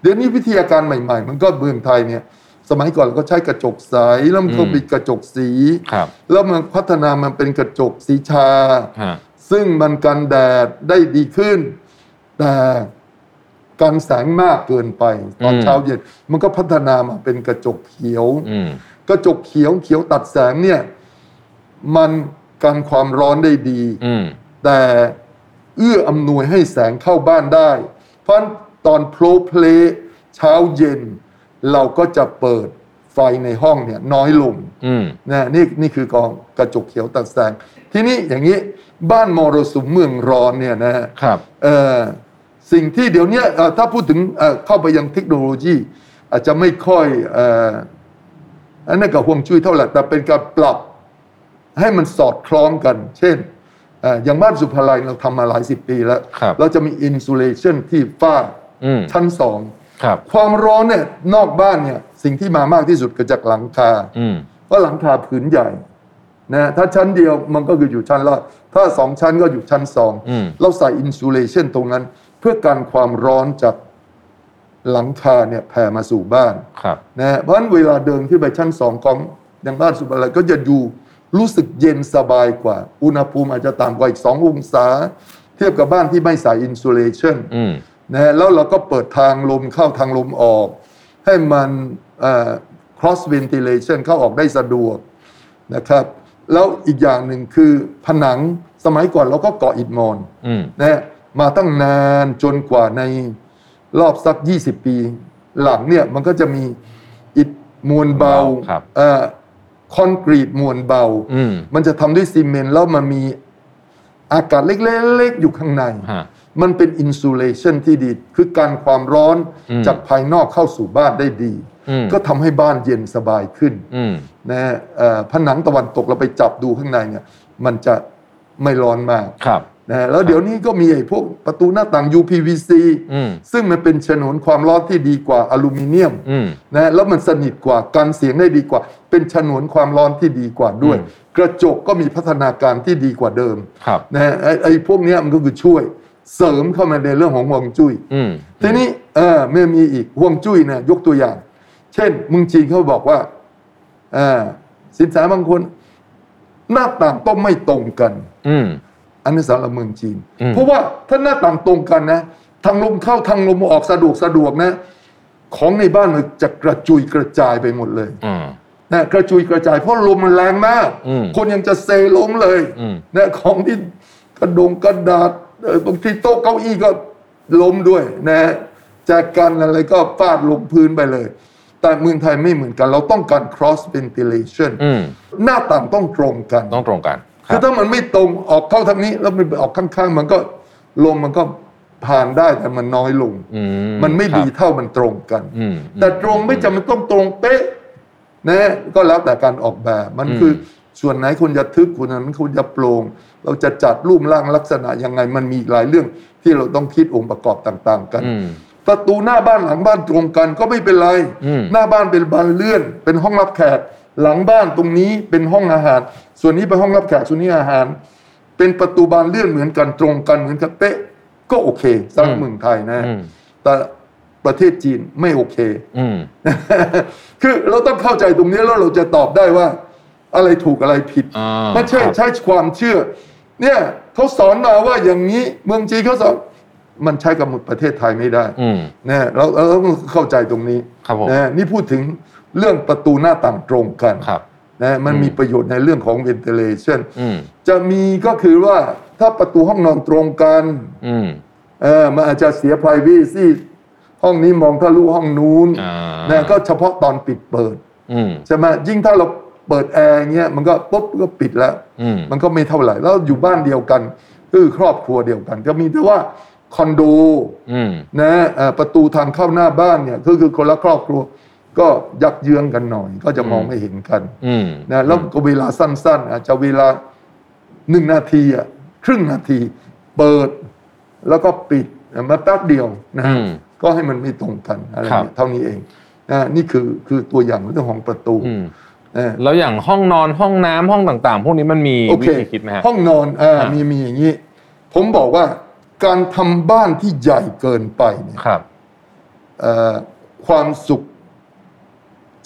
S3: เดี๋ยวนี้วิทยาการใหม่ ๆ มันก็เมืองไทยเนี่ยสมัยก่อนเราก็ใช้กระจกใสแล้วมันก็
S2: อืม
S3: มีกระจกสี
S2: ครับ
S3: แล้วมันพัฒนามันเป็นกระจกสีชา
S2: ฮะ
S3: ซึ่งมันกันแดดได้ดีขึ้น แต่กันแสงมากเกินไป ตอนเช้าเย็นมันก็พัฒนามาเป็นกระจกเขียว
S2: อืม
S3: กระจกเขียวเขียวตัดแสงเนี่ยมันกันความร้อนได้ดี
S2: อืม
S3: แต่เอื้ออำนวยให้แสงเข้าบ้านได้ เพราะฉะนั้นตอนโพลเพลย์เช้าเย็น เราก็จะเปิดไฟในห้องเนี่ยน้อยลง
S2: อืม
S3: นะนี่นี่คือกองกระจกเขียวตัดแสง ทีนี้อย่างนี้บ้านมรสุมเมืองร้อนเนี่ยนะฮะ
S2: ครับ
S3: เอ่อสิ่งที่เดี๋ยวเนี้ยเอ่อถ้าพูดถึงเอ่อเข้าไปยังเทคโนโลยี อาจจะไม่ค่อยเอ่ออันนั้นกับห่วงจุ้ยเท่าไหร่แต่เป็นการปรับให้มันสอดคล้องกัน เช่นเอ่ออย่างบ้านสุภาลัยเราทำมาหลายสิบปีแล้ว
S2: ครับ
S3: เราจะมีอินซูเลชันที่ฝ้า
S2: อืม
S3: ชั้นสอง
S2: ครับ
S3: ความร้อนเนี่ยนอกบ้านเนี่ยสิ่งที่มามากที่สุดเกิดจากหลังคา
S2: อืม
S3: ก็หลังคาผืนใหญ่นะถ้าชั้นเดียวมันก็คืออยู่ชั้นล่างถ้าสองชั้นก็อยู่ชั้นสอง
S2: อืม
S3: เราใส่อินซูเลชันตรงนั้น เพื่อกันความร้อนจากหลังคาเนี่ยแผ่มาสู่บ้าน
S2: ครับ
S3: นะเพราะฉะนั้นเวลาเดินขึ้นไปชั้นสองของอย่างบ้านสุบอะไรก็จะอยู่รู้สึกเย็นสบายกว่า อุณหภูมิอาจจะต่ำกว่าอีกสององศา เทียบกับบ้านที่ไม่ใส่อินซูเลชัน
S2: อืม
S3: นะฮะแล้วเราก็เปิดทางลมเข้าทางลมออก ให้มันเอ่อ cross ventilation เข้าออกได้สะดวกนะครับ แล้วอีกอย่างหนึ่งคือผนังสมัยก่อนเราก็เกาะอิฐมอน
S2: อืม
S3: นะฮะมาตั้งนานจนกว่าในรอบสัก 20 ปี หลังเนี่ยมันก็จะมีอิฐมวลเบาเอ่อคอนกรีตมวลเบา
S2: อืม
S3: มันจะทำด้วยซีเมนต์แล้วมันมีอากาศเล็กๆอยู่ข้างใน
S2: ฮะ
S3: มันเป็นอินซูเลชันที่ดี คือการความร้อน
S2: อืม
S3: จากภายนอกเข้าสู่บ้านได้ดี
S2: อืม
S3: ก็ทำให้บ้านเย็นสบายขึ้น
S2: อืม
S3: นะฮะเอ่อผนังตะวันตกเราไปจับดูข้างในเนี่ยมันจะไม่ร้อนมาก
S2: ครับ
S3: นะฮะแล้วเดี๋ยวนี้ก็มีไอ้พวกประตูหน้าต่าง UPVC
S2: อืม
S3: ซึ่งมันเป็นฉนวนความร้อนที่ดีกว่าอลูมิเนียม
S2: อืม
S3: นะฮะแล้วมันสนิทกว่ากันเสียงได้ดีกว่า เป็นฉนวนความร้อนที่ดีกว่าด้วย
S2: อืม
S3: กระจกก็มีพัฒนาการที่ดีกว่าเดิม
S2: ครับ
S3: นะฮะไอ้ไอ้พวกเนี้ยมันก็คือช่วยเสริมเข้ามาในเรื่องของห่วงจุ้ย
S2: อืม
S3: ทีนี้เออไม่มีอีกห่วงจุ้ยเนะยกตัวอย่าง เช่นเมึงจีนเขาบอกว่าเออสินแสบางคน หน้าต่างต้องไม่ตรงกัน
S2: อืม
S3: อันนี้สำหรับเมืองจีน
S2: อืม
S3: เพราะว่าถ้าหน้าต่างตรงกันนะทางลมเข้าทางลมออกสะดวกสะดวกนะ ของในบ้านมันจะกระจุยกระจายไปหมดเลย
S2: อืม
S3: นะกระจุยกระจายเพราะลมมันแรงมาก
S2: อืม
S3: คนยังจะเซล้มเลย
S2: อืม
S3: นะของที่กระดงกระดาษเอ่อบางทีโต๊ะเก้าอี้ก็ล้มด้วยนะแจกันอะไรก็ฟาดลงพื้นไปเลย แต่เมืองไทยไม่เหมือนกัน เราต้องการ cross ventilation
S2: อืม
S3: หน้าต่างต้องตรงกัน
S2: ต้องตรงกันค
S3: คื
S2: รั
S3: อบ ถ้ามันไม่ตรงออกเข้าทางนี้ แล้วมันไปออกข้างๆ มันก็ลมมันก็ผ่านได้แต่มันน้อยลง
S2: อื
S3: มันไม่ดี
S2: ครับ
S3: เท่ามันตรงกัน
S2: อืม
S3: แต่ตรงไม่จำเป็นต้องตรงเป๊ะนะฮะก็แล้วแต่การออกแบบ มัน
S2: อืม
S3: คือส่วนไหนคุณจะทึบคุณนั้นคุณจะโปร่งเราจะจัดรูปร่างลักษณะยังไงมันมีอีกหลายเรื่องที่เราต้องคิดองค์ประกอบต่าง ๆ กัน
S2: อืม
S3: ประตูหน้าบ้านหลังบ้านตรงกันก็ไม่เป็นไร
S2: อืม
S3: หน้าบ้านเป็นบานเลื่อน เป็นห้องรับแขก หลังบ้านตรงนี้เป็นห้องอาหาร ส่วนนี้เป็นห้องรับแขกส่วนนี้อาหาร เป็นประตูบานเลื่อนเหมือนกันตรงกันเหมือนกันเป๊ะก็โอเคสำหรับเมืองไทยนะ
S2: อืม
S3: แต่ประเทศจีนไม่โอเค
S2: อืม
S3: คือเราต้องเข้าใจตรงนี้แล้วเราจะตอบได้ว่า อะไรถูกอะไรผิด
S2: อ่า
S3: ไม่ใช่
S2: ครับ
S3: ใช้ความเชื่อ เนี่ยเขาสอนมาว่าอย่างนี้เมืองจีนเขาสอนมันใช้กับหมดประเทศไทยไม่ได้
S2: อืม
S3: นะเราเราต้องเข้าใจตรงนี้
S2: ครับผม
S3: นะนี่พูดถึงเรื่องประตูหน้าต่างตรงกัน
S2: ครับ
S3: นะมันมีประโยชน์ในเรื่องของ ventilation
S2: อืม
S3: จะมีก็คือว่าถ้าประตูห้องนอนตรงกัน
S2: อืม
S3: เออมันอาจจะเสีย privacy ห้องนี้มองทะลุห้องนู้น
S2: อ่า
S3: นะก็เฉพาะตอนปิดเปิด
S2: อืม
S3: ใช่ไหมยิ่งถ้าเราเปิดแอร์เงี้ยมันก็ปุ๊บก็ปิดแล้ว
S2: อืม
S3: มันก็ไม่เท่าไหร่ แล้วอยู่บ้านเดียวกันคือครอบครัวเดียวกัน ก็มีแต่ว่าคอนโด
S2: อืม
S3: นะเอ่อประตูทางเข้าหน้าบ้านเนี่ยก็คือคนละครอบครัว ก็ยักเยื้องกันหน่อย ก็จะมองไม่เห็นกัน
S2: อืม
S3: นะแล้วก็เวลาสั้นๆอาจจะเวลาหนึ่งนาทีอะครึ่งนาที เปิดแล้วก็ปิดมาแป๊บเดียวนะ
S2: อื
S3: ฮะ
S2: ม
S3: ก็ให้มันไม่ตรงกันอะไร
S2: ครับ
S3: เนี่ยเท่านี้เองนะนี่คือคือตัวอย่างเรื่องของประตู
S2: อืม
S3: เออ
S2: แล้วอย่างห้องนอนห้องน้ำห้องต่างๆ พวกนี้มันมี
S3: โอ
S2: วิ
S3: เค
S2: ธีคิดไหมฮะ
S3: ห้องนอนอ่า
S2: ฮะ
S3: มีมีอย่างนี้ ผมบอกว่าการทำบ้านที่ใหญ่เกินไปเนี่ย
S2: ครับ
S3: เอ่อความสุข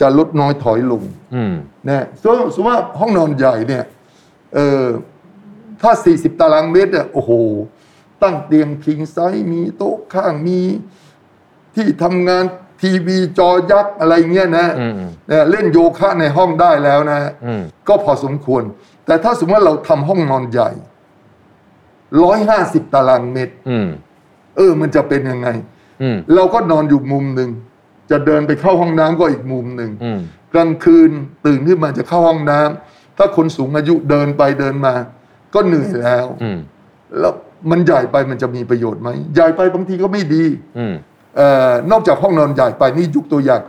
S3: จะลดน้อยถอยลง
S2: อืม
S3: นะสมมุติสมมติว่าห้องนอนใหญ่เนี่ยเออถ้า 40 ตารางเมตรเนี่ยโอ้โห ตั้งเตียงพิงไซส์มีโต๊ะข้างมีที่ทำงานทีวีจอยักษ์อะไรเงี้ยนะ
S2: อืมอืม
S3: นะเล่นโยคะในห้องได้แล้วนะ
S2: อืม
S3: ก็พอสมควร แต่ถ้าสมมติว่าเราทำห้องนอนใหญ่ร้อยห้าสิบตารางเมตร
S2: อืม
S3: เออ มันจะเป็นยังไง
S2: อืม
S3: เราก็นอนอยู่มุมหนึ่ง จะเดินไปเข้าห้องน้ำก็อีกมุมหนึ่ง
S2: อืม
S3: กลางคืนตื่นขึ้นมาจะเข้าห้องน้ำถ้าคนสูงอายุเดินไปเดินมา ก็เหนื่อยแล้ว
S2: อืม
S3: แล้วมันใหญ่ไปมันจะมีประโยชน์ไหมใหญ่ไปบางทีก็ไม่ดี
S2: อืม
S3: เออนอกจากห้องนอนใหญ่ไปนี่ยกตัวอย่าง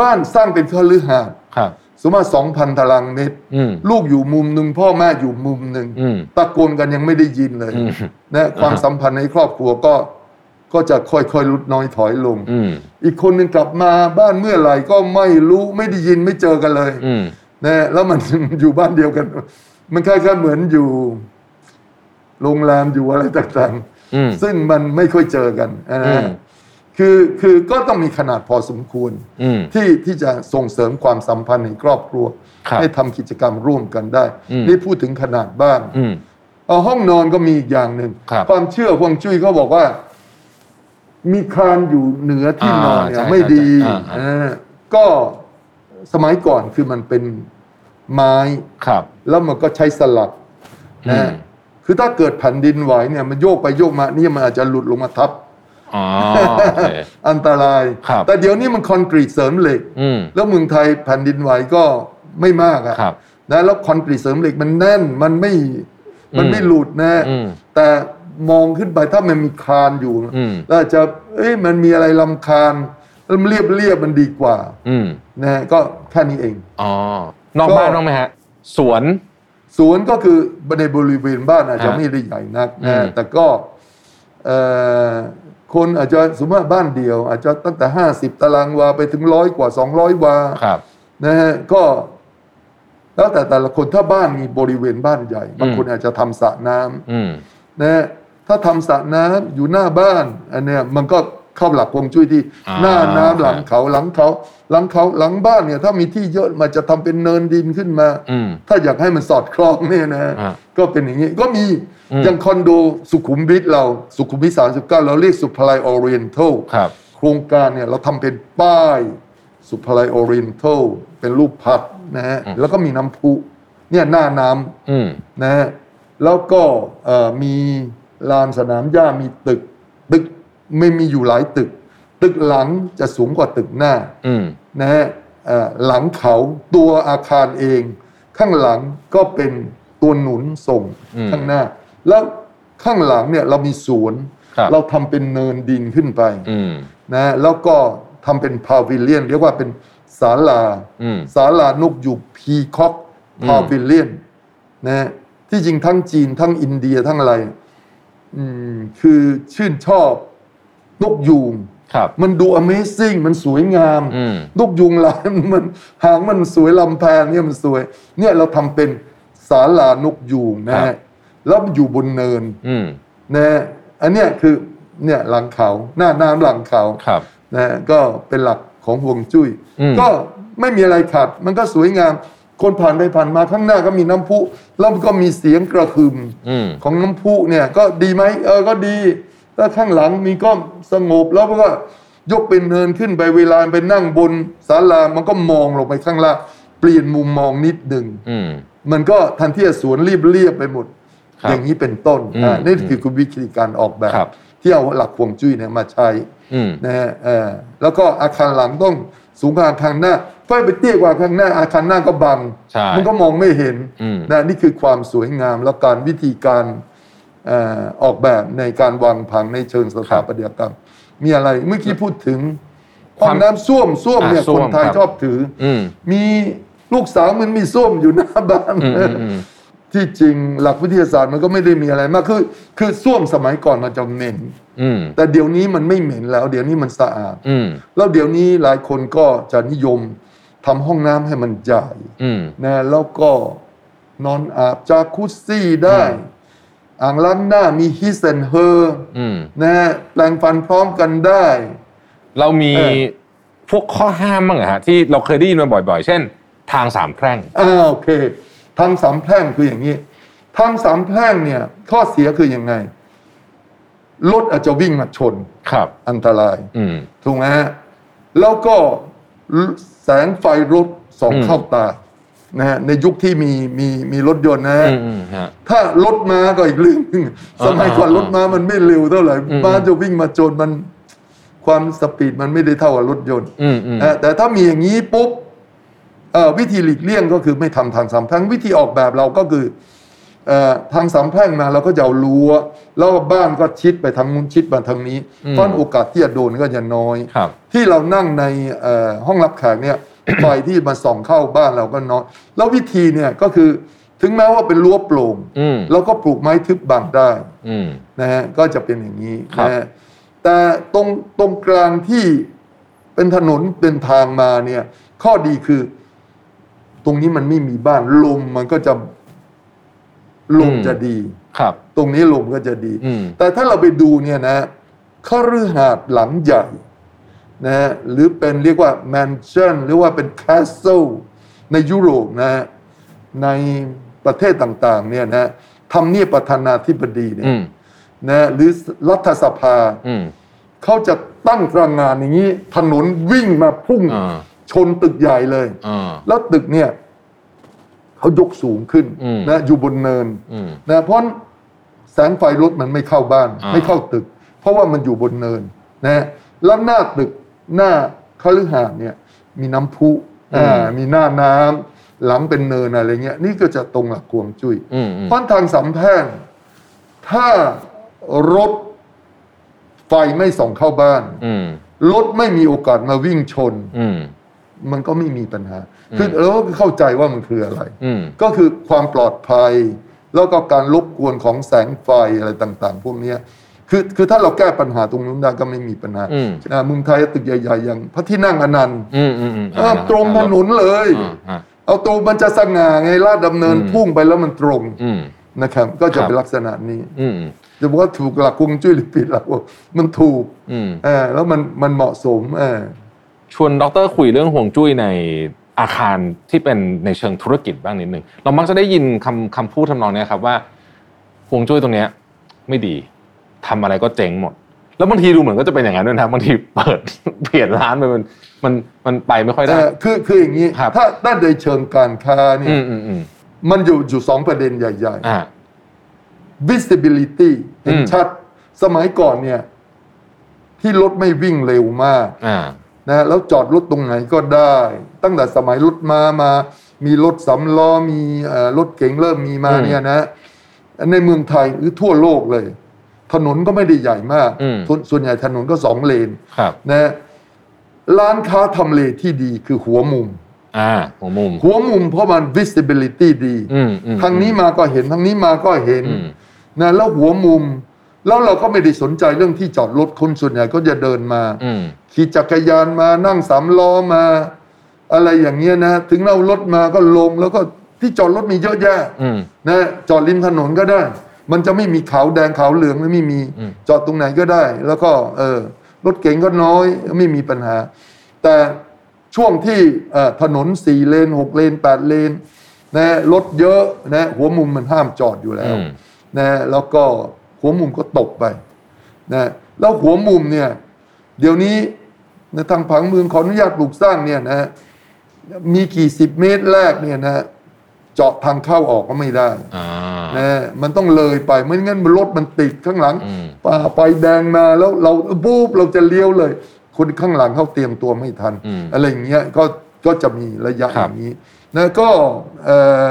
S3: บ้านสร้างเป็นคฤหาสน์
S2: ครับ
S3: สมมติว่าสองพันตารางเมตร
S2: อืม
S3: ลูกอยู่มุมหนึ่งพ่อแม่อยู่มุมหนึ่ง
S2: อืม
S3: ตะโกนกันยังไม่ได้ยินเลย
S2: อืม
S3: นะความสัมพันธ์ในครอบครัวก็ก็จะค่อยๆลดน้อยถอยลง
S2: อืม
S3: อีกคนหนึ่งกลับมาบ้านเมื่อไหร่ก็ไม่รู้ไม่ได้ยินไม่เจอกันเลย
S2: อืม
S3: นะแล้วมัน อยู่บ้านเดียวกัน มันคล้ายๆเหมือนอยู่โรงแรมอยู่อะไรต่าง
S2: อืม
S3: ๆ ซึ่งมันไม่ค่อยเจอกันนะ
S2: อื
S3: ฮะ
S2: ม
S3: คือคือก็ต้องมีขนาดพอสมควร
S2: อืม
S3: ที่ที่จะส่งเสริมความสัมพันธ์ในครอบครัว
S2: ครับ
S3: ให้ทำกิจกรรมร่วมกันได้
S2: อืม
S3: นี่พูดถึงขนาดบ้าน
S2: อืม
S3: เอาห้องนอนก็มีอีกอย่างหนึ่ง
S2: ครับ
S3: ความเชื่อฮวงจุ้ยเขาบอกว่า มีคานอยู่เหนือที่นอนเนี่ย
S2: อ่าใช่
S3: ไม่ดี
S2: ใช่ใช่อ่า
S3: เออก็สมัยก่อนคือมันเป็นไม้
S2: ครับ
S3: แล้วมันก็ใช้สลัก
S2: อืม
S3: นะคือถ้าเกิดแผ่นดินไหวเนี่ยมันโยกไปโยกมานี่มันอาจจะหลุดลงมาทับ
S2: อ๋อโอเค
S3: อันตราย
S2: ครับ
S3: แต่เดี๋ยวนี้มันคอนกรีตเสริมเหล็ก
S2: อืม
S3: แล้วเมืองไทยแผ่นดินไหวก็ไม่มาก
S2: ครั
S3: อะ่ะ
S2: บ
S3: นะแล้วคอนกรีตเสริมเหล็กมันแน่นมันไม่มันไม่หลุดนะ
S2: อืม
S3: แต่มองขึ้นไปถ้ามันมีคานอยู่
S2: อืม
S3: แล้วอาจจะเอ้ยมันมีอะไรลำคาญแล้วมันเรียบเรียบมันดีกว่า
S2: อืม
S3: นะฮะก็แค่นี้เอง
S2: อ๋อนอก
S3: ก็
S2: บ้านบ้างไหมฮะ สวน
S3: สวนก็คือในบริเวณบ้านอาจจะ
S2: ฮะ
S3: ไม่ได้ใหญ่นัก
S2: อื
S3: นะ
S2: ม
S3: แต่ก็เอ่อคนอาจจะสมมติว่าบ้านเดียว อาจจะตั้งแต่ 50 ตารางวาไปถึงร้อยกว่า 200 วา
S2: ครับ
S3: นะฮะก็แล้วแต่แต่ละคนถ้าบ้านมีบริเวณบ้านใหญ่ บางคนอาจจะทำสระน้ำ
S2: อืม
S3: นะฮะถ้าทำสระน้ำอยู่หน้าบ้านอันเนี้ยมันก็เข้าหลักฮวงจุ้ยที่
S2: อ่า
S3: หน้าน้ำ
S2: ครับ
S3: หลังเขาหลังเขาหลังเขาหลังบ้านเนี่ย ถ้ามีที่เยอะมันจะทำเป็นเนินดินขึ้นมา
S2: อืม
S3: ถ้าอยากให้มันสอดคล้องเนี่ยนะ
S2: อ่า
S3: ก็เป็นอย่างนี้ก็มี
S2: อืม
S3: อย่างคอนโดสุขุมวิทเราสุขุมวิทสามสิบเก้าเราเรียกสุพลายออเรียนทัล
S2: ครับ
S3: โครงการเนี่ยเราทำเป็นป้ายสุภาลัยออริเอนทัลเป็นรูปพัดนะฮะ
S2: อืม
S3: แล้วก็มีน้ำพุเนี่ยหน้าน้
S2: อืม
S3: ำนะฮะแล้วก็เอ่อมีลานสนามหญ้ามีตึก ตึกไม่มีอยู่หลายตึก ตึกหลังจะสูงกว่าตึกหน้า
S2: อืม
S3: นะฮะเอ่อหลังเขาตัวอาคารเอง ข้างหลังก็เป็นตัวหนุนส่ง
S2: อืม
S3: ข้างหน้า แล้วข้างหลังเนี่ยเรามีสวน
S2: ครับ
S3: เราทำเป็นเนินดินขึ้นไป
S2: อืม
S3: นะแล้วก็ทำเป็นพาวิเลียน เรียกว่าเป็นศาลา
S2: อืม
S3: ศาลานกยูงพีคอก
S2: อืม
S3: พาวิเลียนนะที่จริงทั้งจีนทั้งอินเดียทั้งอะไรอืมคือชื่นชอบนกยูง
S2: ครับ
S3: มันดู Amazing มันสวยงาม
S2: อืม
S3: นกยูงลายมันหางมันสวยลำแพงเนี่ยมันสวย เนี่ยเราทำเป็นศาลานกยูงนะครับ ฮะแล้วมันอยู่บนเนิน
S2: อืม
S3: นะฮะอันเนี้ยคือเนี่ยหลังเขาหน้าน้ำหลังเขา
S2: ครับ
S3: นะก็เป็นหลักของห่วงจุย้ย
S2: อืม
S3: ก็ไม่มีอะไรขาดมันก็สวยงาม คนผ่านไปผ่านมาข้างหน้าก็มีน้ำพุแล้วก็มีเสียงกระหึ่ม
S2: อืม
S3: ของน้ำพุเนี่ยก็ดีไหมเออก็ดีแล้วข้างหลังมีก็สงบแล้วก็ยกเป็นเนินขึ้นไปเวลาไปนั่งบนศาลามันก็มองลงไปข้างล่างเปลี่ยนมุมมองนิดหนึ่ง
S2: อืม
S3: มันก็ทันที่จะสวนรีบเรียบไปหมด
S2: ครับ
S3: อย่างนี้เป็นต้น
S2: อืม
S3: อ่านี่คือคือวิธีการออกแบบ
S2: ครับ
S3: ที่เอาหลักห่วงจุ้ยเนี่ยมาใช้
S2: อืม
S3: นะฮะเออแล้วก็อาคารหลังต้องสูงกว่าอาคารหน้าถ้าไปเตี้ยกว่าอาคารหน้า อาคารหน้าก็บัง
S2: ใช่
S3: มันก็มองไม่เห็น
S2: อืม
S3: นะนี่คือความสวยงามและการวิธีการเอ่อออกแบบในการวางผังในเชิงสถาปัตยกรรม มีอะไรเมื่อกี้พูดถึงห้องน้ำส้วมส้วมเนี่ย
S2: อ่ะส้ว
S3: ค
S2: ม
S3: นไทย
S2: ครับ
S3: ชอบถืออ
S2: อืม
S3: มีลูกสาวมันมีส้วมอยู่หน้าบ้าน
S2: อืมอืมอืม
S3: ที่จริงหลักวิทยาศาสตร์มันก็ไม่ได้มีอะไรมากคือคือส้วมสมัยก่อนมันจะเหม็น
S2: อืม
S3: แต่เดี๋ยวนี้มันไม่เหม็นแล้ว เดี๋ยวนี้มันสะอาด
S2: อืม
S3: แล้วเดี๋ยวนี้หลายคนก็จะนิยม ทำห้องน้ำให้มันใหญ่
S2: อืม
S3: นะแล้วก็นอนอาบจากุซซี่ได้
S2: อืม
S3: อ่างล้างหน้ามีฮิสเซนเฮอร์
S2: อืม
S3: นะฮะแปรงฟันพร้อมกันได้
S2: เรามี
S3: เออ
S2: พวกข้อห้ามบ้างเหรอฮะที่เราเคยได้ยินมาบ่อยๆ เช่น ทางสามแพร่ง
S3: อ่าโอเคทางสามแพร่งคืออย่างนี้ทางสามแพร่งเนี่ยข้อเสียคือยังไงรถอาจจะวิ่งมาชน
S2: ครับ
S3: อันตราย
S2: อืม
S3: ถูกไหมฮะแล้วก็แสงไฟรถส่อง
S2: อืม
S3: เข้าตานะฮะในยุคที่มีมีมีรถยนต์นะฮะ
S2: อืมอืมฮะ
S3: ถ้ารถม้าก็อีกเรื่องหนึ่งสมัยก่อน
S2: อ่าร
S3: ถม้ามันไม่เร็วเท่าไหร่
S2: อืม
S3: ม้าจะวิ่งมาจนมันความสปีดมันไม่ได้เท่ากับรถยนต์
S2: อืมอืม
S3: เอ่อแต่ถ้ามีอย่างนี้ปุ๊บเอ่อวิธีหลีกเลี่ยงก็คือไม่ทำทางสามแพร่งวิธีออกแบบเราก็คือเอ่อทางสามแพร่งมาเราก็จะเอารั้วแล้วบ้านก็ชิดไปทางนู้นชิดมาทางนี้ตอนโอกาสที่จะโดนก็จะน้อย
S2: ครับ
S3: ที่เรานั่งในเอ่อห้องรับแขกเนี่ย ไฟที่มาส่องเข้าบ้านเราก็น้อยแล้ววิธีเนี่ยก็คือถึงแม้ว่าเป็นรั้วโปร่ง
S2: อืม
S3: เราก็ปลูกไม้ทึบบังได้
S2: อืม
S3: นะฮะก็จะเป็นอย่างนี้
S2: ครับ
S3: นะฮะแต่ตรงตรงกลางที่เป็นถนนเป็นทางมาเนี่ย ข้อดีคือ ตรงนี้มันไม่มีบ้านลมมันก็จะลมจะดี
S2: ครับ
S3: ตรงนี้ลมก็จะดี
S2: อืม
S3: แต่ถ้าเราไปดูเนี่ยนะข้ารือหาดหลังใหญ่นะฮะหรือเป็นเรียกว่าแมนชั่นหรือว่าเป็นแคสเซิลในยุโรปนะฮะในประเทศต่าง ๆ เนี่ยนะฮะทำเนียบประธานาธิบดีเนี่ย
S2: อืม
S3: นะหรือรัฐสภา
S2: อืม
S3: เขาจะตั้งตรงงานอย่างนี้ ถนนวิ่งมาพุ่ง
S2: อ่า
S3: ชนตึกใหญ่เลย
S2: อ่า
S3: แล้วตึกเนี่ยเขายกสูงขึ้น
S2: อืม
S3: นะอยู่บนเนิน
S2: อืม
S3: นะเพราะแสงไฟรถมันไม่เข้าบ้าน
S2: อ่า
S3: ไม่เข้าตึก เพราะว่ามันอยู่บนเนินนะแล้วหน้าตึกหน้าคฤหาสน์เนี่ย มีน้ำพุอ่ามีหน้าน้ำหลังเป็นเนินอะไรเงี้ยนี่ก็จะตรงหลักกวงจุ้ย
S2: อืมอืม
S3: เพราะทางสามแพร่งถ้ารถไฟไม่ส่องเข้าบ้าน
S2: อืม
S3: รถไม่มีโอกาสมาวิ่งชน
S2: อืม
S3: มันก็ไม่มีปัญหา คือ
S2: อืม
S3: เราก็เข้าใจว่ามันคืออะไร
S2: อืม
S3: ก็คือความปลอดภัย แล้วก็การรบกวนของแสงไฟอะไรต่าง ๆ พวกเนี้ยคือคือถ้าเราแก้ปัญหาตรงนู้นได้ก็ไม่มีปัญหา
S2: อืม
S3: อ่าเมืองไทยตึกใหญ่ๆอย่างพระที่นั่งอนันต์
S2: อืมอืมอืม
S3: เออตรงถนนเลย
S2: อ่าอ่า
S3: เอาตรงมันจะสง่าไงลาดดำเนิน
S2: อืม
S3: พุ่งไปแล้วมันตรง
S2: อืม
S3: นะครับก็จะ
S2: ครับ
S3: เป็นลักษณะนี้
S2: อืม
S3: จะบอกว่าถูกหลักกวงจุ้ยหรือผิดหลักกวงมันถูก
S2: อืม
S3: เออแล้วมันมันเหมาะสมเออ
S2: ชวนดรคุยเรื่องห่วงจุ้ยในอาคารที่เป็นในเชิงธุรกิจบ้างนิดหนึ่งเรามักจะได้ยินคำคำพูดทำนองเนี้ยครับว่าห่วงจุ้ยตรงเนี้ยไม่ดีทำอะไรก็เจ๊งหมด แล้วบางทีดูเหมือนก็จะเป็นอย่างนั้นด้วยนะครับบางทีเปิด เปลี่ยนร้านไปมันมันมันไปไม่ค่อย
S3: เอ
S2: ได้
S3: อคือคืออย่างนี้
S2: ครับ
S3: ถ้าด้านในเชิงการค้าเนี่
S2: อื
S3: ย
S2: มอืมอืม
S3: มันอยู่อยู่สองประเด็นใหญ่
S2: อ่า
S3: ๆ visibility เห็น
S2: อืม
S3: ชัดสมัยก่อนเนี่ย ที่รถไม่วิ่งเร็วมาก
S2: อ่า
S3: นะแล้วจอดรถตรงไหนก็ได้ ตั้งแต่สมัยรถมามา มีรถสำล้อมีเอ่อรถเก๋งเริ่มมีมา
S2: อืม
S3: เนี่ยนะในเมืองไทยหรือทั่วโลกเลย ถนนก็ไม่ได้ใหญ่มาก
S2: อืม
S3: ส่วนส่วนใหญ่ถนนก็สองเลน
S2: ครับ
S3: นะฮะร้านค้าทำเลที่ดีคือหัวมุม
S2: อ่าหัวมุม
S3: หัวมุมเพราะมัน visibility ดี
S2: อืมอืม
S3: ทางนี้มาก็เห็นทางนี้มาก็เห็น
S2: อืม
S3: นะแล้วหัวมุม แล้วเราก็ไม่ได้สนใจเรื่องที่จอดรถคนส่วนใหญ่ก็จะเดินมา
S2: อืม
S3: ขี่จักรยานมานั่งสามล้อมา อะไรอย่างเงี้ยนะ ถึงเรารถมาก็ลงแล้วก็ที่จอดรถมีเยอะแยะ
S2: อืม
S3: นะจอดริมถนนก็ได้ มันจะไม่มีขาวแดงขาวเหลืองไม่มี
S2: อืม
S3: จอดตรงไหนก็ได้ แล้วก็เออรถเก๋งก็น้อยไม่มีปัญหา แต่ช่วงที่เอ่อถนนสี่เลนหกเลนแปดเลนนะรถเยอะนะหัวมุมมันห้ามจอดอยู่แล้
S2: อื
S3: ว
S2: ม
S3: นะแล้วก็หัวมุมก็ตกไปนะแล้วหัวมุมเนี่ย เดี๋ยวนี้ในทางผังเมืองขออนุญาตปลูกสร้างเนี่ยนะ มีกี่สิบเมตรแรกเนี่ยนะเจาะทางเข้าออกก็ไม่ได้
S2: อ่า
S3: นะมันต้องเลยไปไม่งั้นรถมันติดข้างหลัง
S2: อืม
S3: ป่าไฟแดงมาแล้วเราบูบเราจะเลี้ยวเลย คนข้างหลังเขาเตรียมตัวไม่ทัน
S2: อืม
S3: อะไรอย่างเงี้ยก็ก็จะมีระยะ
S2: ค
S3: อ
S2: รับ
S3: ย่างนี้นะก็เอ่อ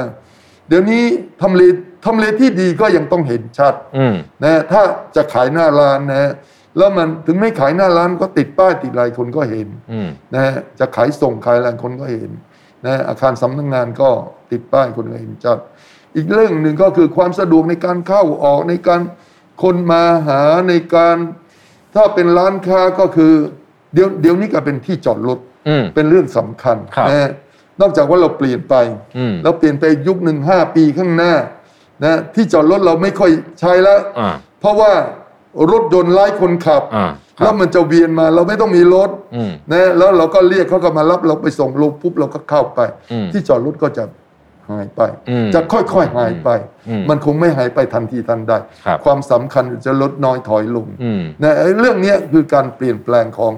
S3: เดี๋ยวนี้ทำเลทำเลที่ดีก็ยังต้องเห็นชัด
S2: อืม
S3: นะถ้าจะขายหน้าร้านนะแล้วมันถึงไม่ขายหน้าร้านก็ติดป้ายติดอะไรคนก็เห็น
S2: อืม
S3: นะฮะจะขายส่งขายอะไรคนก็เห็นนะฮะอาคารสำนักงานก็ติดป้ายคนก็เห็นจัด อีกเรื่องหนึ่งก็คือความสะดวกในการเข้าออกในการคนมาหาในการ ถ้าเป็นร้านค้าก็คือ เดี๋ยวเดี๋ยวนี้ก็เป็นที่จอดรถ
S2: อืม
S3: เป็นเรื่องสำคัญ
S2: ครับ
S3: นะฮะ นอกจากว่าเราเปลี่ยนไป
S2: อืม
S3: เราเปลี่ยนไปยุคหนึ่งห้าปีข้างหน้านะที่จอดรถเราไม่ค่อยใช้แล้ว
S2: อ่า
S3: เพราะว่ารถยนต์ไร้คนขับ
S2: อ่าค
S3: แล้
S2: รั
S3: ว
S2: บ
S3: มันจะเวียนมาเราไม่ต้องมีรถ
S2: อืม
S3: นะแล้วเราก็เรียกเขาก็มารับเราไปส่งลงปุ๊บเราก็เข้าไป
S2: อืม
S3: ที่จอดรถก็จะหายไป
S2: อืม
S3: จะค่อยๆหายไป
S2: อืม
S3: มันคงไม่หายไปทันทีทันใด
S2: ครับ
S3: ความสำคัญจะลดน้อยถอยลง
S2: อืม
S3: นะไอ้เรื่องเนี้ยคือการเปลี่ยนแปลงของ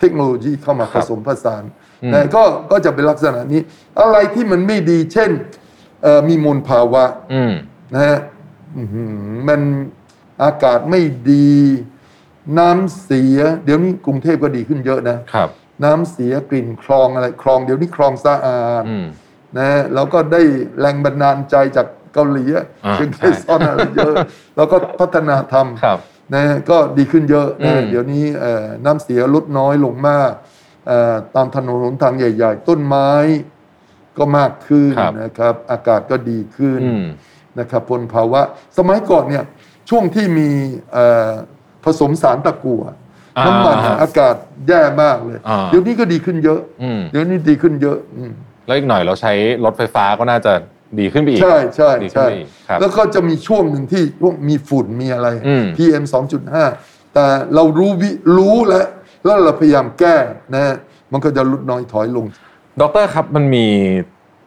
S3: เทคโนโลยีเข้ามา
S2: ค
S3: ผ
S2: รับ
S3: สมผสาน
S2: อืม
S3: นะก็ก็จะเป็นลักษณะนี้ อะไรที่มันไม่ดี เช่นเอ่อมีมลภาวะ
S2: อืม
S3: นะฮะอื้อหือมันอากาศไม่ดี น้ำเสีย เดี๋ยวนี้กรุงเทพก็ดีขึ้นเยอะนะ
S2: ครับ
S3: น้ำเสียกลิ่นคลองอะไรคลองเดี๋ยวนี้คลองสะอาด
S2: อืม
S3: นะแล้วก็ได้แรงบันดาลใจจากเกาหลีอะ
S2: อ่า
S3: เชียงไค
S2: ใช่
S3: ซอนอะไรเยอะ แล้วก็พัฒนาทำ
S2: ครับ
S3: นะก็ดีขึ้นเยอะ
S2: อื
S3: นะ
S2: ม
S3: เดี๋ยวนี้เอ่อน้ำเสียลดน้อยลงมากเอ่อตามถนนหนทางใหญ่ๆ ต้นไม้ก็มากขึ้น
S2: ครับ
S3: นะครับ อากาศก็ดีขึ้น
S2: อืม
S3: นะครับพลภาวะ สมัยก่อนเนี่ยช่วงที่มีเอ่อผสมสารตะกั่ว
S2: อ่า
S3: น้ำมันอะอากาศแย่มากเลย
S2: อ่า
S3: เดี๋ยวนี้ก็ดีขึ้นเยอะ
S2: อืม
S3: เดี๋ยวนี้ดีขึ้นเยอะอืม
S2: แล้วอีกหน่อยเราใช้รถไฟฟ้าก็น่าจะดีขึ้นไปอีก
S3: ใช่ใช่
S2: ดีขึ้น
S3: ใช่
S2: ไปอีกครับ
S3: แล้วก็จะมีช่วงหนึ่งที่ช่วงมีฝุ่นมีอะไร
S2: อืม
S3: PM 2.5 แต่เรารู้วิรู้แล้วแล้วเราพยายามแก้นะฮะมันก็จะลดน้อยถอยลง
S2: ดอกเตอรครับมันมี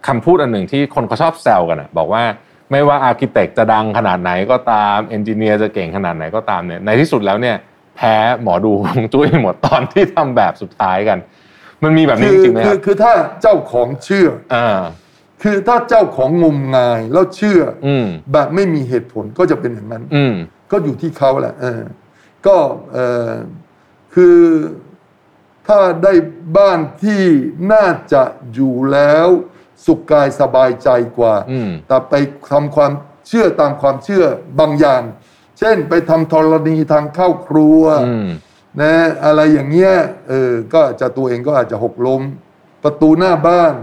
S2: คำพูดอันหนึ่งที่คนเขาชอบแซวกันอะบอกว่าไม่ว่าอาร์กิเต็กจะดังขนาดไหนก็ตามเอนจิเนียร์จะเก่งขนาดไหนก็ตามเนี่ยในที่สุดแล้วเนี่ย แพ้หมอดูของจุ้ยหมดตอนที่ทำแบบสุดท้ายกัน มันมีแบบนี้
S3: คื
S2: จริงไหมค
S3: คื
S2: รั
S3: อบ คือถ้าเจ้าของเชื่อ
S2: อ่า
S3: คือถ้าเจ้าของงมงายแล้วเชื่ออ
S2: อืม
S3: แบบไม่มีเหตุผลก็จะเป็นอย่างนั้น
S2: อืม
S3: ก็อยู่ที่เขาแหละเออก็เออคือถ้าได้บ้านที่น่าจะอยู่แล้ว สุขกายสบายใจกว่า
S2: อืม
S3: แต่ไปทำความเชื่อตามความเชื่อบางอย่าง เช่นไปทำธรณีทางเข้าครัว
S2: อืม
S3: นะอะไรอย่างเงี้ยเออก็อาจจะตัวเองก็อาจจะหกล้ม ประตูหน้าบ้าน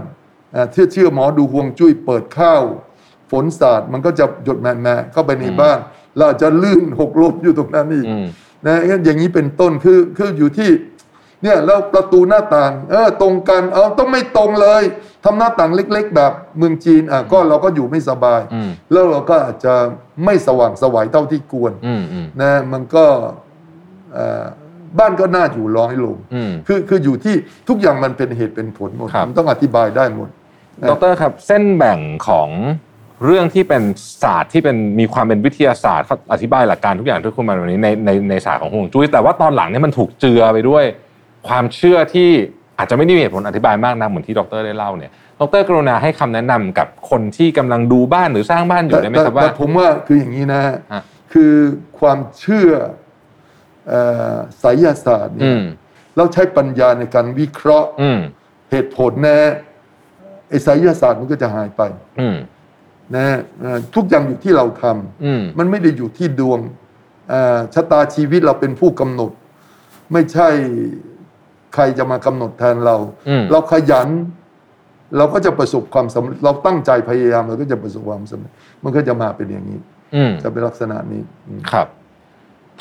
S3: อ่าเชื่อเชื่อหมอดูฮวงจุ้ยเปิดเข้า ฝนสาดมันก็จะหยดแม่ๆเข้าไปในบ้านแล้วอาจจะลื่นหกล้มอยู่ตรงนั้นอีก
S2: อืม
S3: นะงั้นอย่างนี้เป็นต้นคือคืออยู่ที่เนี่ยแล้วประตูหน้าต่างเออตรงกันเออต้องไม่ตรงเลยทำหน้าต่างเล็ก ๆ แบบเมืองจีนอ่ะก็เราก็อยู่ไม่สบาย
S2: อืม
S3: แล้วเราก็อาจจะไม่สว่างไสวัยเท่าที่ควร
S2: อืม อืม
S3: นะมันก็เอ่อบ้านก็น่าอยู่ร้อยลง
S2: อืม
S3: คือคืออยู่ที่ทุกอย่างมันเป็นเหตุเป็นผลหมด
S2: ครับ
S3: มันต้องอธิบายได้หมด
S2: ดอกเตอรครับเส้นแบ่งของเรื่องที่เป็นศาสตร์ที่เป็นมีความเป็นวิทยาศาสตร์เขาอธิบายหลักการทุกอย่างที่คุณมาวันนี้ในในในศาสตร์ของฮวงจุ้ยแต่ว่าตอนหลังเนี่ยมันถูกเจือไปด้วย ความเชื่อที่อาจจะไม่ได้มีเหตุผลอธิบายมากนักเหมือนที่ดอกเตอรได้เล่าเนี่ยดอกเตอรกรุณาให้คำแนะนำกับคนที่กำลังดูบ้านหรือสร้างบ้านอยู่ได้ไหมครับว่า
S3: แต่ผมว่าคืออย่างนี้นะฮะ
S2: ฮะ
S3: คือความเชื่อเอ่อไสยศาสตร์เนี่
S2: อื
S3: ย
S2: ม
S3: เราใช้ปัญญาในการวิเคราะห์
S2: อืม
S3: เหตุผลนะไอ้ไสยศาสตร์มันก็จะหายไป
S2: อืม
S3: นะเอ่อทุกอย่างอยู่ที่เราทำ
S2: อืม
S3: มันไม่ได้อยู่ที่ดวงเอ่อชะตาชีวิตเราเป็นผู้กำหนด ไม่ใช่ใครจะมากำหนดแทนเรา
S2: อืม
S3: เราขยัน เราก็จะประสบความสำเร็จเราตั้งใจพยายามเราก็จะประสบความสำเร็จมันก็จะมาเป็นอย่างนี้
S2: อืม
S3: จะเป็นลักษณะนี้อืม
S2: ครับ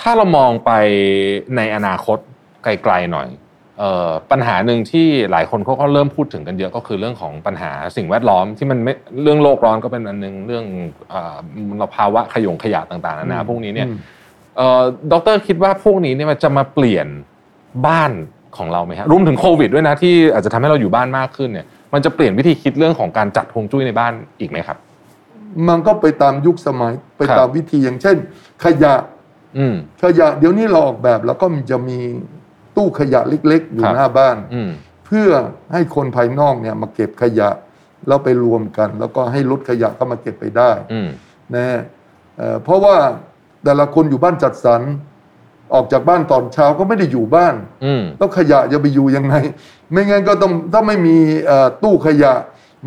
S2: ถ้าเรามองไปในอนาคตไกลๆหน่อยเอ่อปัญหาหนึ่งที่หลายคนเขาก็เริ่มพูดถึงกันเยอะก็คือเรื่องของปัญหาสิ่งแวดล้อมที่มันไม่เรื่องโลกร้อนก็เป็นอันหนึงเรื่องเอ่อมลภาวะขยงขยะต่างๆนานาพวกนี้เนี่ย
S3: อืม
S2: เอ่อดอกเตอรคิดว่าพวกนี้เนี่ยมันจะมาเปลี่ยนบ้านของเราไหมฮะรวมถึงโควิดด้วยนะที่อาจจะทำให้เราอยู่บ้านมากขึ้นเนี่ยมันจะเปลี่ยนวิธีคิดเรื่องของการจัดฮวงจุ้ยในบ้านอีกไหมครับ
S3: มันก็ไปตามยุคสมัยไป
S2: ครับ
S3: ตามวิธีอย่างเช่น ขยะ
S2: อืม
S3: ขยะ เดี๋ยวนี้เราออกแบบ แล้วก็มันจะมีตู้ขยะเล็ก ๆ อ
S2: ค
S3: ยู่
S2: รับ
S3: หน้าบ้าน
S2: อืม
S3: เพื่อให้คนภายนอกเนี่ยมาเก็บขยะแล้วไปรวมกัน แล้วก็ให้รถขยะเข้ามาเก็บไปได้
S2: อืม
S3: นะฮะเอ่อเพราะว่าแต่ละคนอยู่บ้านจัดสรรออกจากบ้านตอนเช้าก็ไม่ได้อยู่บ้าน
S2: อืม
S3: แล้วขยะจะไปอยู่ยังไง ไม่งั้นก็ต้องถ้าไม่มีเอ่อตู้ขยะ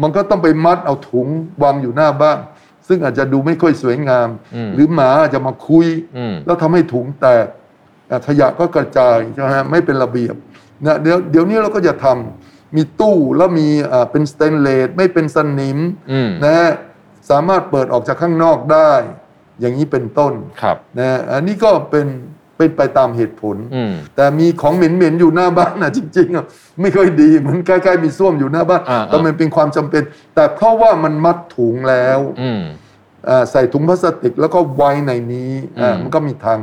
S3: มันก็ต้องไปมัดเอาถุงวางอยู่หน้าบ้าน ซึ่งอาจจะดูไม่ค่อยสวยงาม
S2: อืม
S3: หรือหมาอาจจะมาคุย
S2: อืม
S3: แล้วทำให้ถุงแตกอ่ะขยะก็กระจายใช่ไหมฮะไม่เป็นระเบียบนะเดี๋ยวเดี๋ยวนี้เราก็จะทำมีตู้แล้วมีอ่าเป็นสเตนเลสไม่เป็นสนิม
S2: อืม
S3: นะฮะสามารถเปิดออกจากข้างนอกได้ อย่างนี้เป็นต้น
S2: ครับ
S3: นะฮะอันนี้ก็เป็น เป็นไปตามเหตุผล
S2: อืม
S3: แต่มีของเหม็นๆอยู่หน้าบ้านนะจริงๆอ่ะไม่ค่อยดีเหมือนใกล้ๆมีส้วมอยู่หน้าบ้าน
S2: อ่าๆ
S3: แต่มันเป็นความจำเป็น แต่เพราะว่ามันมัดถุงแล้ว
S2: อืม
S3: อ่าใส่ถุงพลาสติกแล้วก็ไว้ในนี้อ่า
S2: อืม
S3: มันก็มีทาง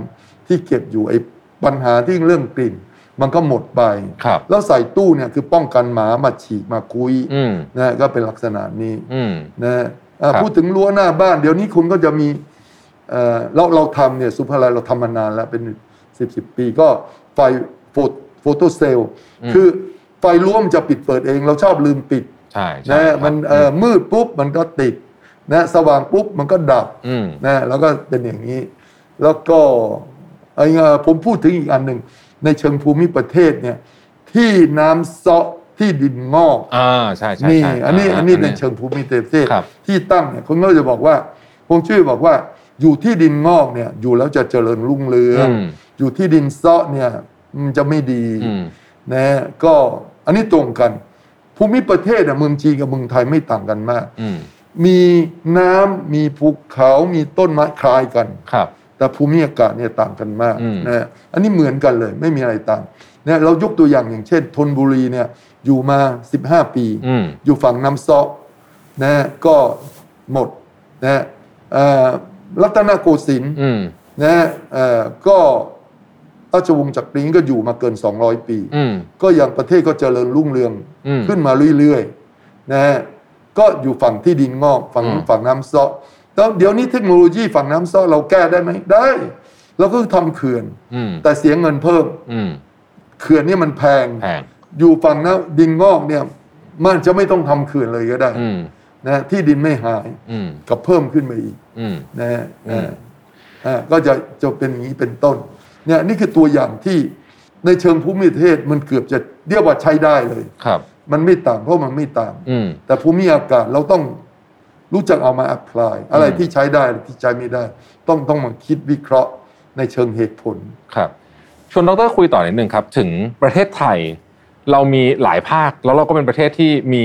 S3: ที่เก็บอยู่ไอ้ปัญหาที่เรื่องกลิ่น มันก็หมดไป
S2: ครับ
S3: แล้วใส่ตู้เนี่ยคือป้องกันหมามาฉีกมาคุย
S2: อืม
S3: นะก็เป็นลักษณะนี้
S2: อืม
S3: นะอ่า
S2: ครับ
S3: พูดถึงรั้วหน้าบ้าน เดี๋ยวนี้คุณก็จะมีเอ่อเราเราทำเนี่ยสุภาลัยเราทำมานานแล้วเป็นสิบสิบปีก็ไฟโฟโฟโตเซลล์คือไฟรั้วมันจะปิดเปิดเอง เราชอบลืมปิด
S2: ใช่ใช่
S3: นะครับ มันเอ่อมืดปุ๊บมันก็ติดนะสว่างปุ๊บมันก็ดับ
S2: อืม
S3: นะแล้วก็เป็นอย่างนี้ แล้วก็เอยเอ่อผมพูดถึงอีกอันหนึ่ง ในเชิงภูมิประเทศเนี่ยที่น้ำเซาะที่ดินงอก
S2: อ่าใช่ใช่
S3: นี่
S2: ใช่
S3: อันนี้
S2: า
S3: อันนี้ในเชิงภูมิประเทศ
S2: ครับ
S3: ที่ตั้งเนี่ยคนก็จะบอกว่าคงชื่อบอกว่าอยู่ที่ดินงอกเนี่ยอยู่แล้วจะเจริญรุ่งเรือง
S2: อืม
S3: อยู่ที่ดินเซาะเนี่ยมันจะไม่ดี
S2: อืม
S3: นะก็อันนี้ตรงกัน ภูมิประเทศอะเมืองจีนกับเมืองไทยไม่ต่างกันมาก
S2: อืม
S3: มีน้ำมีภูเขามีต้นไม้คล้ายกัน
S2: ครับ
S3: แต่ภูมิอากาศเนี่ยต่างกันมาก
S2: อืม
S3: นะฮะอันนี้เหมือนกันเลยไม่มีอะไรต่างเนี่ยเรายกตัวอย่างอย่างเช่นธนบุรีเนี่ยอยู่มา 15 ปี
S2: อืม
S3: อยู่ฝั่งน้ำเซาะนะฮะก็หมดนะฮะเอ่อรัตนโกสินทร์
S2: อืม
S3: นะฮะเอ่อก็ราชวงศ์จักรีก็อยู่มาเกิน 200 ปี
S2: อืม
S3: ก็ยังประเทศก็เจริญรุ่งเรือง
S2: อืม
S3: ขึ้นมาเรื่อยๆนะฮะก็อยู่ฝั่งที่ดินงอกฝั่ง
S2: อืม
S3: ฝั่งน้ำเซาะแล้วเดี๋ยวนี้เทคโนโลยีฝั่งน้ำเซาะเราแก้ได้ไหมได้เราก็ทำเขื่อน
S2: อืม
S3: แต่เสียเงินเพิ่ม
S2: อืม
S3: เขื่อนเนี่ยมันแพง
S2: แพง
S3: อยู่ฝั่งน้ำดินงอกเนี่ยมันจะไม่ต้องทำเขื่อนเลยก็ได้
S2: อืม
S3: นะที่ดินไม่หาย
S2: อืม
S3: กับเพิ่มขึ้นมาอีก
S2: อืม
S3: นะฮะ
S2: อืม
S3: อ่าก็จะจะเป็นอย่างนี้เป็นต้นเนี่ยนี่คือตัวอย่างที่ในเชิงภูมิประเทศมันเกือบจะเรียกว่าใช้ได้เลย
S2: ครับ
S3: มันไม่ต่างเพราะมันไม่ต่าง
S2: อืม
S3: แต่ภูมิอากาศเราต้องรู้จักเอามาแอพพลายอะไร
S2: อืม
S3: ที่ใช้ได้อะไรที่ใช้ไม่ได้ ต้องต้องมาคิดวิเคราะห์ในเชิงเหตุผล
S2: ครับชวนดรคุยต่อนิดนึงครับ ถึงประเทศไทย เรามีหลายภาคแล้วเราก็เป็นประเทศที่มี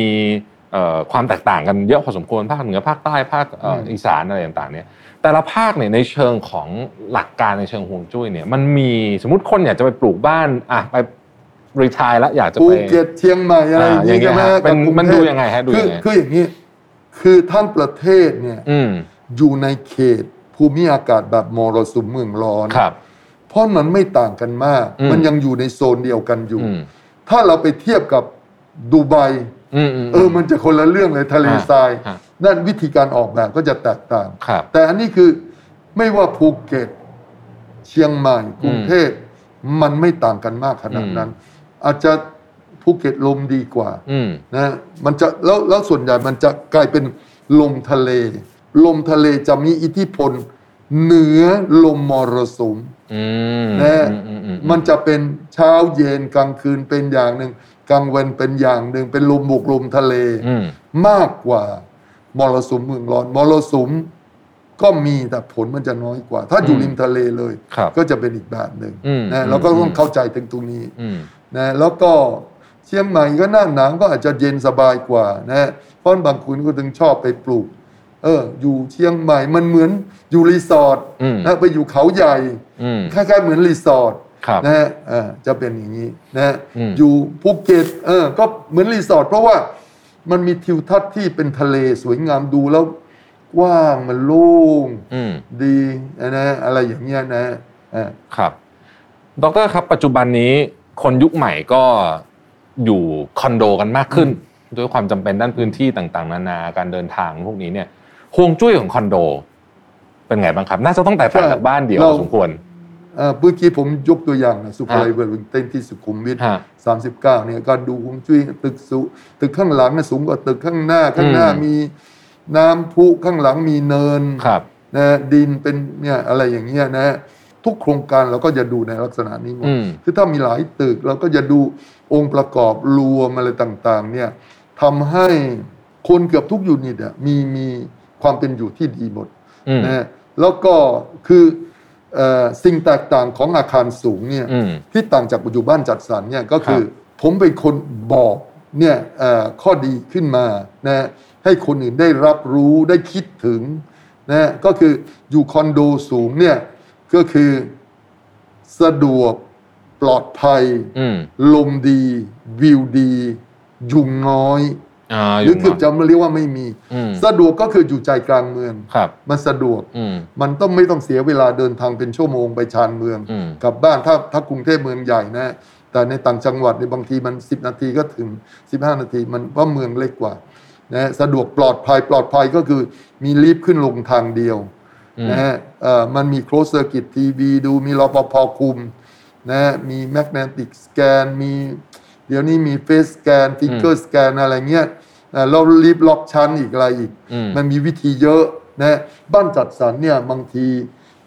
S2: เอ่อความแตกต่างกันเยอะพอสมควรภาคเหนือภาคใต้ภาคเอ่ออ
S3: ม
S2: อีสานอะไรต่างๆเนี่ยแต่ละภาคเนี่ยในเชิงของหลักการในเชิงฮวงจุ้ยเนี่ยมันมีสมมติคนอยากจะไปปลูกบ้านอ่ะไปรีทายแล้วอยากจะ
S3: ภู
S2: ไป
S3: เก็ตเชียงใหม่อะไรอย่าง
S2: ย่าง
S3: เงี้
S2: เงี้ย
S3: ยนะ
S2: ฮะเป็น
S3: กับกรุ
S2: มัน
S3: เท
S2: ดู
S3: พ
S2: ยังไงฮะดู
S3: คื
S2: ยั
S3: อ
S2: งไง
S3: คืออย่างนี้คือทั้งประเทศเนี่ย
S2: อืม
S3: อยู่ในเขตภูมิอากาศแบบมรสุมเมืองร้อน
S2: ครับ
S3: เพราะมันไม่ต่างกันมาก
S2: อืม
S3: มันยังอยู่ในโซนเดียวกันอยู่
S2: อืม
S3: ถ้าเราไปเทียบกับดูไบ
S2: อืมอืม
S3: เออ มันจะคนละเรื่องเลยทะเล
S2: ฮะ
S3: ทราย
S2: ฮะ
S3: นั่นวิธีการออกแบบก็จะแตกต่าง
S2: ครับ
S3: แต่อันนี้คือไม่ว่าภูเก็ต เชียงใหม่ กรุงเทพ มันไม่ต่างกันมากขนาดนั้น อาจจะภูเก็ตลมดีกว่า
S2: อืม
S3: นะมันจะแล้วแล้วส่วนใหญ่มันจะกลายเป็นลมทะเล ลมทะเลจะมีอิทธิพล เหนือลมมรสุม
S2: อืม
S3: นะ
S2: อือื
S3: มันจะเป็นเช้าเย็นกลางคืนเป็นอย่างหนึ่งกลางวันเป็นอย่างหนึ่งเป็นลมบวกลมทะเล
S2: อืม
S3: มากกว่ามรสุมเมืองร้อนมรสุมก็มีแต่ผลมันจะน้อยกว่า ถ้าอยู่ริมทะเลเลย
S2: ครับ
S3: ก็จะเป็นอีกแบบหนึ่ง
S2: อืม
S3: นะเราก็ต้อง
S2: อืม
S3: เข้าใจถึงตรงนี้
S2: อืม
S3: นะแล้วก็เชียงใหม่ก็หน้าหนาวก็อาจจะเย็นสบายกว่านะเพราะบางคนก็ถึงชอบไปปลูก เออ อยู่เชียงใหม่มันเหมือนอยู่รีสอร์ท
S2: อืม
S3: นะไปอยู่เขาใหญ่
S2: อืม
S3: คล้ายๆเหมือนรีสอร์ท
S2: ครับ
S3: นะฮะเอ่อจะเป็นอย่างนี้นะฮะ
S2: อืม
S3: อยู่ภูเก็ตเออก็เหมือนรีสอร์ทเพราะว่ามันมีทิวทัศน์ที่เป็นทะเลสวยงามดูแล้วกว้างมันโล่ง
S2: อืม
S3: ดีนะฮะอะไรอย่างเงี้ยนะฮะเออ
S2: ครับดรครับปัจจุบันนี้คนยุคใหม่ก็อยู่คอนโดกันมากขึ้น ด้วยความจำเป็นด้านพื้นที่ต่างๆ นานาการเดินทางพวกนี้เนี่ยฮวงจุ้ยของคอนโด เป็นไงบ้างครับ น่าจะต้องแตกต่างจากบ้านเดี่ยว
S3: เรา
S2: พอสมควร
S3: เอ่อเมื่อกี้ผมยกตัวอย่างนะสุภาลัย
S2: ฮะ
S3: เวลลิงเต้นที่สุขุมวิท
S2: ฮะ
S3: 39เนี่ยก็ดูฮวงจุ้ยตึกสูตึกข้างหลังน่ะสูงกว่าตึกข้างหน้าข้างหน้า
S2: อืม
S3: มีน้ำพุข้างหลังมีเนิน
S2: ครับ
S3: นะดินเป็นเนี่ยอะไรอย่างเงี้ยนะทุกโครงการเราก็จะดูในลักษณะนี้หมด
S2: อืม
S3: คือถ้ามีหลายตึกเราก็จะดูองค์ประกอบรวมอะไรต่างๆเนี่ยทำให้คนเกือบทุกยูนิตอะมีมีความเป็นอยู่ที่ดีหมด
S2: อืม
S3: นะแล้วก็คือเอ่อสิ่งแตกต่างของอาคารสูงเนี่ย
S2: อืม
S3: ที่ต่างจากอยู่บ้านจัดสรรเนี่ยก็คือ
S2: ครั
S3: ผมเป็นคนบอกเนี่ยเอ่อข้อดีขึ้นมานะให้คนอื่นได้รับรู้ได้คิดถึงนะก็คืออยู่คอนโดสูงเนี่ยก็คือ สะดวก ปลอดภัย
S2: อืม
S3: ลมดี วิวดี ยุงน้อย
S2: อ่า
S3: ห
S2: อ
S3: รื
S2: ยู่
S3: อเกือบจะเรียกว่าไม่มี
S2: อืม
S3: สะดวกก็คืออยู่ใจกลางเมือง
S2: ครับ
S3: มันสะดวก
S2: อืม
S3: มันต้องไม่ต้องเสียเวลาเดินทางเป็นชั่วโมงไปชานเมือง
S2: อืม
S3: กลับบ้านถ้าถ้ากรุงเทพเมืองใหญ่นะ แต่ในต่างจังหวัดในยบางทีมัน 10 นาทีก็ถึง 15 นาทีมันเพราะเมืองเล็กกว่านะสะดวกปลอดภัยปลอดภัยก็คือมีลิฟต์ขึ้นลงทางเดียว
S2: อืม
S3: นะฮะเอ่อมันมีโค o สเซอร์กิตทีวีดูมีรปภคุมนะฮะมีแมกเนติกสแกนมีเดี๋ยวนี้มีเฟสสแกนฟิกเกอร์สแกนอะไรเงี้ยนะแล้วลิฟต์ล็อกชั้นอีกอะไรอีก
S2: อืม
S3: มันมีวิธีเยอะนะบ้านจัดสรรเนี่ยบางที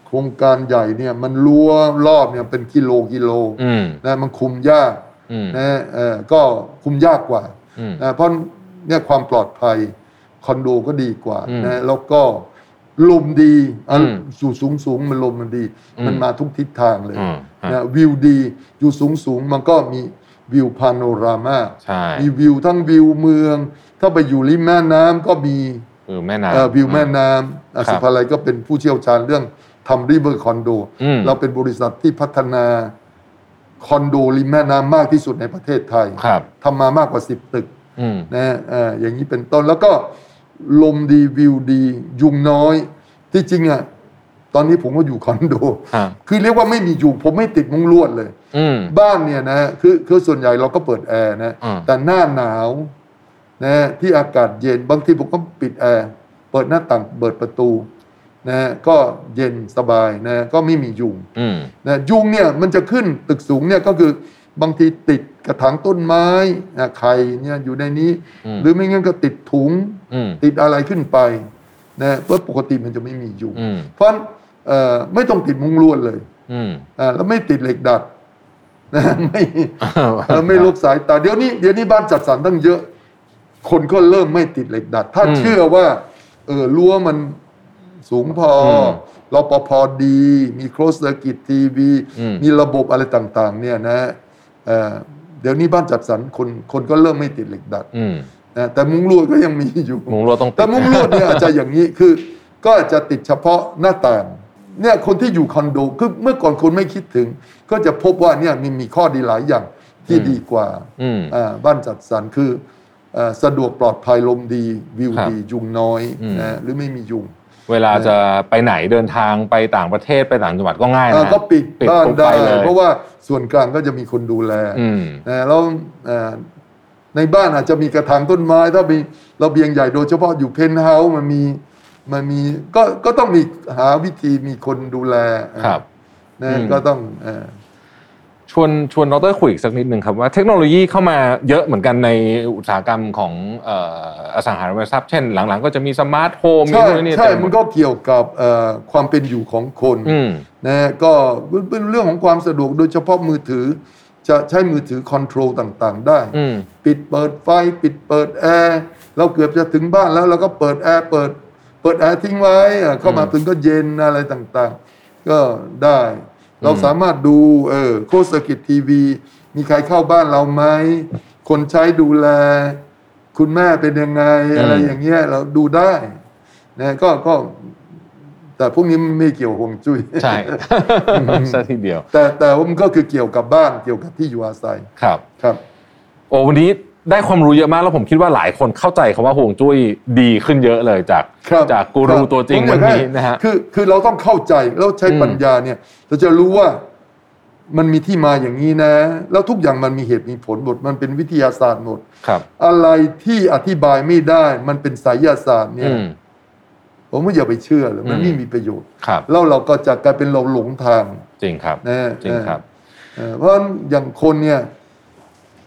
S3: โครงการใหญ่เนี่ยมันรั้วรอบเนี่ยเป็นกิโลกิโล
S2: อืม
S3: นะมันคุมยาก
S2: อืม
S3: นะเออก็คุมยากกว่า
S2: อืม
S3: นะเพราะเนี่ยความปลอดภัยคอนโดก็ดีกว่า
S2: อืม
S3: นะแล้วก็ลมดีอ่ะ
S2: อืม
S3: อยู่สูงสูงมันลมมันดี
S2: อืม
S3: มันมาทุกทิศทางเลย
S2: อ่าฮะ
S3: นะวิวดีอยู่สูงสูงมันก็มีวิวพาโนรามา
S2: ใช่
S3: มีวิวทั้งวิวเมือง ถ้าไปอยู่ริมแม่น้ำก็มี
S2: วิวแม่น้ำ
S3: เอ่อวิวแม่น้ำอ่ะ
S2: ครับ
S3: สุภาลัยก็เป็นผู้เชี่ยวชาญเรื่องทำริเวอร์คอนโด
S2: อืม
S3: เราเป็นบริษัทที่พัฒนาคอนโดริมแม่น้ำมากที่สุดในประเทศไทย
S2: ครับ
S3: ทำมามากกว่า 10 ตึก
S2: อืม
S3: นะฮะเอ่ออย่างนี้เป็นต้นแล้วก็ลมดีวิวดียุงน้อย ที่จริงอ่ะตอนนี้ผมก็อยู่คอนโด
S2: ฮะ
S3: คือเรียกว่าไม่มียุงผมไม่ติดมุ้งลวดเลย
S2: อืม
S3: บ้านเนี่ยนะคือคือส่วนใหญ่เราก็เปิดแอร์นะ
S2: อืม
S3: แต่หน้าหนาวนะที่อากาศเย็นบางทีผมก็ปิดแอร์เปิดหน้าต่างเปิดประตูนะก็เย็นสบายนะก็ไม่มียุง
S2: อืม
S3: นะยุงเนี่ยมันจะขึ้นตึกสูงเนี่ยก็คือบางทีติดกระถางต้นไม้นะไข่เนี่ยอยู่ในนี้
S2: อืม
S3: หรือไม่งั้นก็ติดถุง
S2: อืม
S3: ติดอะไรขึ้นไปนะเพราะปกติมันจะไม่มียุง
S2: อืม
S3: เพราะฉะนั้นเอ่อไม่ต้องติดมุงลวดเลย
S2: อืม
S3: อ่าแล้วไม่ติดเหล็กดัด นะ ไม่เอ่อไม่ลบสายตาเดี๋ยวนี้เดี๋ยวนี้บ้านจัดสรรตั้งเยอะ คนก็เริ่มไม่ติดเหล็กดัด ถ้าเชื่อว่าเออรั้วมันสูงพอรปภดี มีโครสเซอร์กิตทีวี
S2: อืม
S3: มีระบบอะไรต่างๆ เนี่ยนะเอ่อเดี๋ยวนี้บ้านจัดสรรคนคนก็เริ่มไม่ติดเหล็กดัด
S2: อืม
S3: นะแต่มุ้งลวดก็ยังมีอยู่
S2: มุงรัวต้องติ
S3: แต่
S2: ด
S3: มุ้งลวดเนี่ยอาจจะอย่างนี้คือก็อาจจะติดเฉพาะหน้าต่างเนี่ยคนที่อยู่คอนโดคือเมื่อก่อนคนไม่คิดถึง ก็จะพบว่าเนี่ยมันมีข้อดีหลายอย่างที่ดีกว่า
S2: อืม
S3: อ่าบ้านจัดสรรคืออ่าสะดวกปลอดภัยลมดี วิว
S2: ครับ
S3: ดียุงน้อย
S2: อืม
S3: นะหรือไม่มียุง
S2: เวลาจะไปไหนเดินทางไปต่างประเทศไปต่างจังหวัดก็ง่าย
S3: อ่า
S2: นะ
S3: ก็ปิดบ้าน
S2: ปุ๊
S3: ได้
S2: ปลย
S3: เพราะว่าส่วนกลางก็จะมีคนดูแล
S2: อืม
S3: นะแล้วเอ่อในบ้านอาจจะมีกระถางต้นไม้ ถ้ามีระเบียงใหญ่โดยเฉพาะอยู่เพนท์เฮาส์มันมีมันมีก็ก็ต้องมีหาวิธีมีคนดูแล
S2: ครับ
S3: นะ
S2: อืม
S3: ก็ต้องเอ่อ
S2: ชวนชวนดรคุยอีกสักนิดหนึ่งครับว่าเทคโนโลยีเข้ามาเยอะเหมือนกันในอุตสาหกรรมของเอ่ออสังหาริมทรัพย์เช่นหลังๆ ก็จะมีสมาร์ทโฮมมี
S3: ใช่
S2: นู่นนี่
S3: ใช่
S2: เต็ม
S3: มันก็เกี่ยวกับเอ่อความเป็นอยู่ของคน
S2: อืม
S3: นะก็เป็นเรื่องของความสะดวกโดยเฉพาะมือถือ จะใช้มือถือคอนโทรลต่างๆ ได้
S2: อืม
S3: ปิดเปิดไฟปิดเปิดแอร์เราเกือบจะถึงบ้านแล้วเราก็เปิดแอร์เปิด เปิดแอร์ทิ้งไว้อ่ะเข้ามา
S2: อืม
S3: ถึงก็เย็นอะไรต่างๆ ก็ได้ เราสามารถดูเออโคสกิจทีวี มีใครเข้าบ้านเราไหมคนใช้ดูแล คุณแม่เป็นยังไงอะไร
S2: อืม
S3: อย่างเงี้ยเราดูได้นะก็ก็ แต่พวกนี้มันไม่เกี่ยวห่วงจุ้ย
S2: ใช่ ซะทีเดียว
S3: แต่แต่ว่ามันก็คือเกี่ยวกับบ้านเกี่ยวกับที่อยู่อาศัย
S2: ครับ
S3: ครับ
S2: โอ้วันนี้ได้ความรู้เยอะมากแล้วผมคิดว่าหลายคนเข้าใจคำว่าห่วงจุ้ยดีขึ้นเยอะเลยจาก
S3: ครับ
S2: จากกูรูตัวจริง
S3: ผมอ
S2: วั
S3: ยาน กให้
S2: นี้นะฮะ
S3: คือคือเราต้องเข้าใจแล้วใช้
S2: อืม
S3: ปัญญาเนี่ยเราจะรู้ว่ามันมีที่มาอย่างนี้นะ แล้วทุกอย่างมันมีเหตุมีผลหมดมันเป็นวิทยาศาสตร์หมด
S2: ครับ
S3: อะไรที่อธิบายไม่ได้ มันเป็นไสายศาสตร์เนี่
S2: อื
S3: ย
S2: ม
S3: ผมว่าอย่าไปเชื่อเลยมั
S2: อื
S3: น
S2: ม
S3: ไม่มีประโยชน์
S2: ครับ
S3: แล้วเราก็จะกลายเป็นเราหลงทาง
S2: จริงครับ
S3: นะ
S2: จริงครับ
S3: เออเพราะฉะนั้นอย่างคนเนี่ย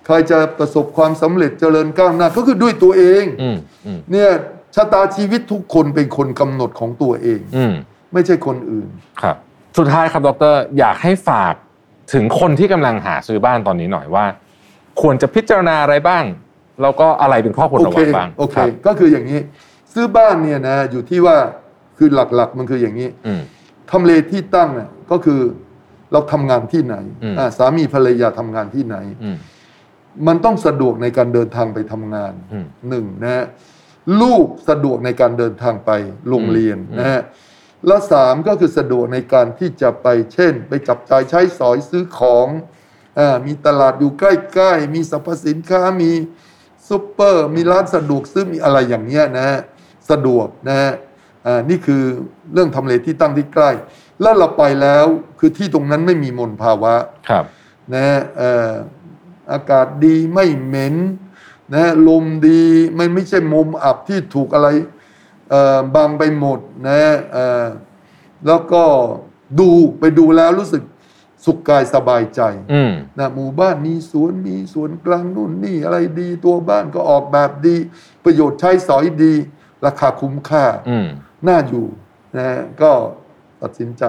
S3: ใครจะประสบความสำเร็จเจริญก้าวหน้าก็คือด้วยตัวเอง
S2: อืมอืม
S3: เนี่ยชะตาชีวิตทุกคนเป็นคนกำหนดของตัวเอง
S2: อืม
S3: ไม่ใช่คนอื่น
S2: ครับสุดท้ายครับดรอยากให้ฝากถึงคนที่กำลังหาซื้อบ้านตอนนี้หน่อยว่า ควรจะพิจารณาอะไรบ้าง แล้วก็อะไรเป็นข้อควร
S3: โอ
S2: ระ
S3: เค
S2: วังบ้าง
S3: โอเค
S2: รับ
S3: ก็คืออย่างนี้ ซื้อบ้านเนี่ยนะอยู่ที่ว่าคือหลักๆ มันคืออย่างนี้
S2: อืม
S3: ทำเลที่ตั้งน่ะก็คือเราทำงานที่ไหน
S2: อืม
S3: อ่าสามีภรรยาทำงานที่ไหน
S2: อืม
S3: มันต้องสะดวกในการเดินทางไปทำงาน
S2: อืม
S3: หนึ่งนะฮะลูกสะดวกในการเดินทางไปโรงเรียน
S2: อืม
S3: นะฮะ และสามก็คือสะดวกในการที่จะไปเช่น ไปจับจ่ายใช้สอยซื้อของเออมีตลาดอยู่ใกล้ๆ มีสรรพสินค้ามีซุปเปอร์ มีร้านสะดวกซื้อมีอะไรอย่างเงี้ยนะฮะสะดวกนะฮะอ่านี่คือเรื่องทำเลที่ตั้งที่ใกล้ แล้วเราไปแล้วคือที่ตรงนั้นไม่มีมลภาวะ
S2: ครับ
S3: นะเอ่ออากาศดีไม่เหม็นนะลมดีมันไม่ใช่มุมอับที่ถูกอะไรเอ่อบังไปหมดนะเอ่อแล้วก็ดูไปดูแล้วรู้สึกสุขกายสบายใจ
S2: อืม
S3: นะหมู่บ้านมีสวนมีสวนกลางนู่นนี่อะไรดีตัวบ้านก็ออกแบบดี ประโยชน์ใช้สอยดี ราคาคุ้มค่า
S2: อืม
S3: น่าอยู่นะก็ตัดสินใจ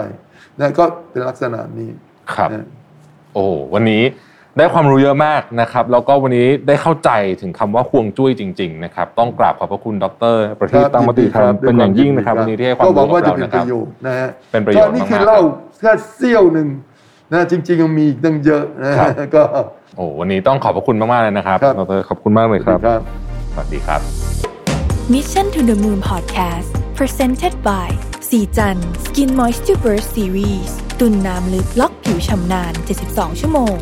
S3: นะก็เป็นลักษณะนี้
S2: ครับ
S3: นะ
S2: โอ้โหวันนี้ได้ความรู้เยอะมากนะครับ แล้วก็วันนี้ได้เข้าใจถึงคำว่าควงจุ้ยจริง ๆ นะครับ ต้องกราบขอบพระคุณดร ประ
S3: ค
S2: ทีป
S3: รับ
S2: ตั้งมติธรรมเป็นอย่างยิ่งนะครับ
S3: ด้
S2: วันนี้ที่ให้ความ
S3: ก็หวั
S2: รู้
S3: งว่า
S2: กับ
S3: จะ
S2: เรา
S3: เป็น
S2: นะค
S3: ป
S2: รับ
S3: ระโยชน์นะฮะ
S2: เป็นประโยชน์
S3: ก็นี่คือ
S2: มากๆ
S3: เล่าแค่เสี้ยวหนึ่งนะจริง ๆ ยังมีอีกตั้งเยอะนะครับ ก็
S2: โอ้โหวันนี้ต้องขอบพระคุณมากๆเลยนะครับ
S3: ครับ
S2: ดรขอบคุณมากเลยครับ
S3: ครับ
S2: สวัสดีครับ
S1: Mission to the Moon Podcast Presented by สีจัน Skin Moisture Burst Series ตุนน้ำลึกล็อกผิวชำนาน 72 ชั่วโมง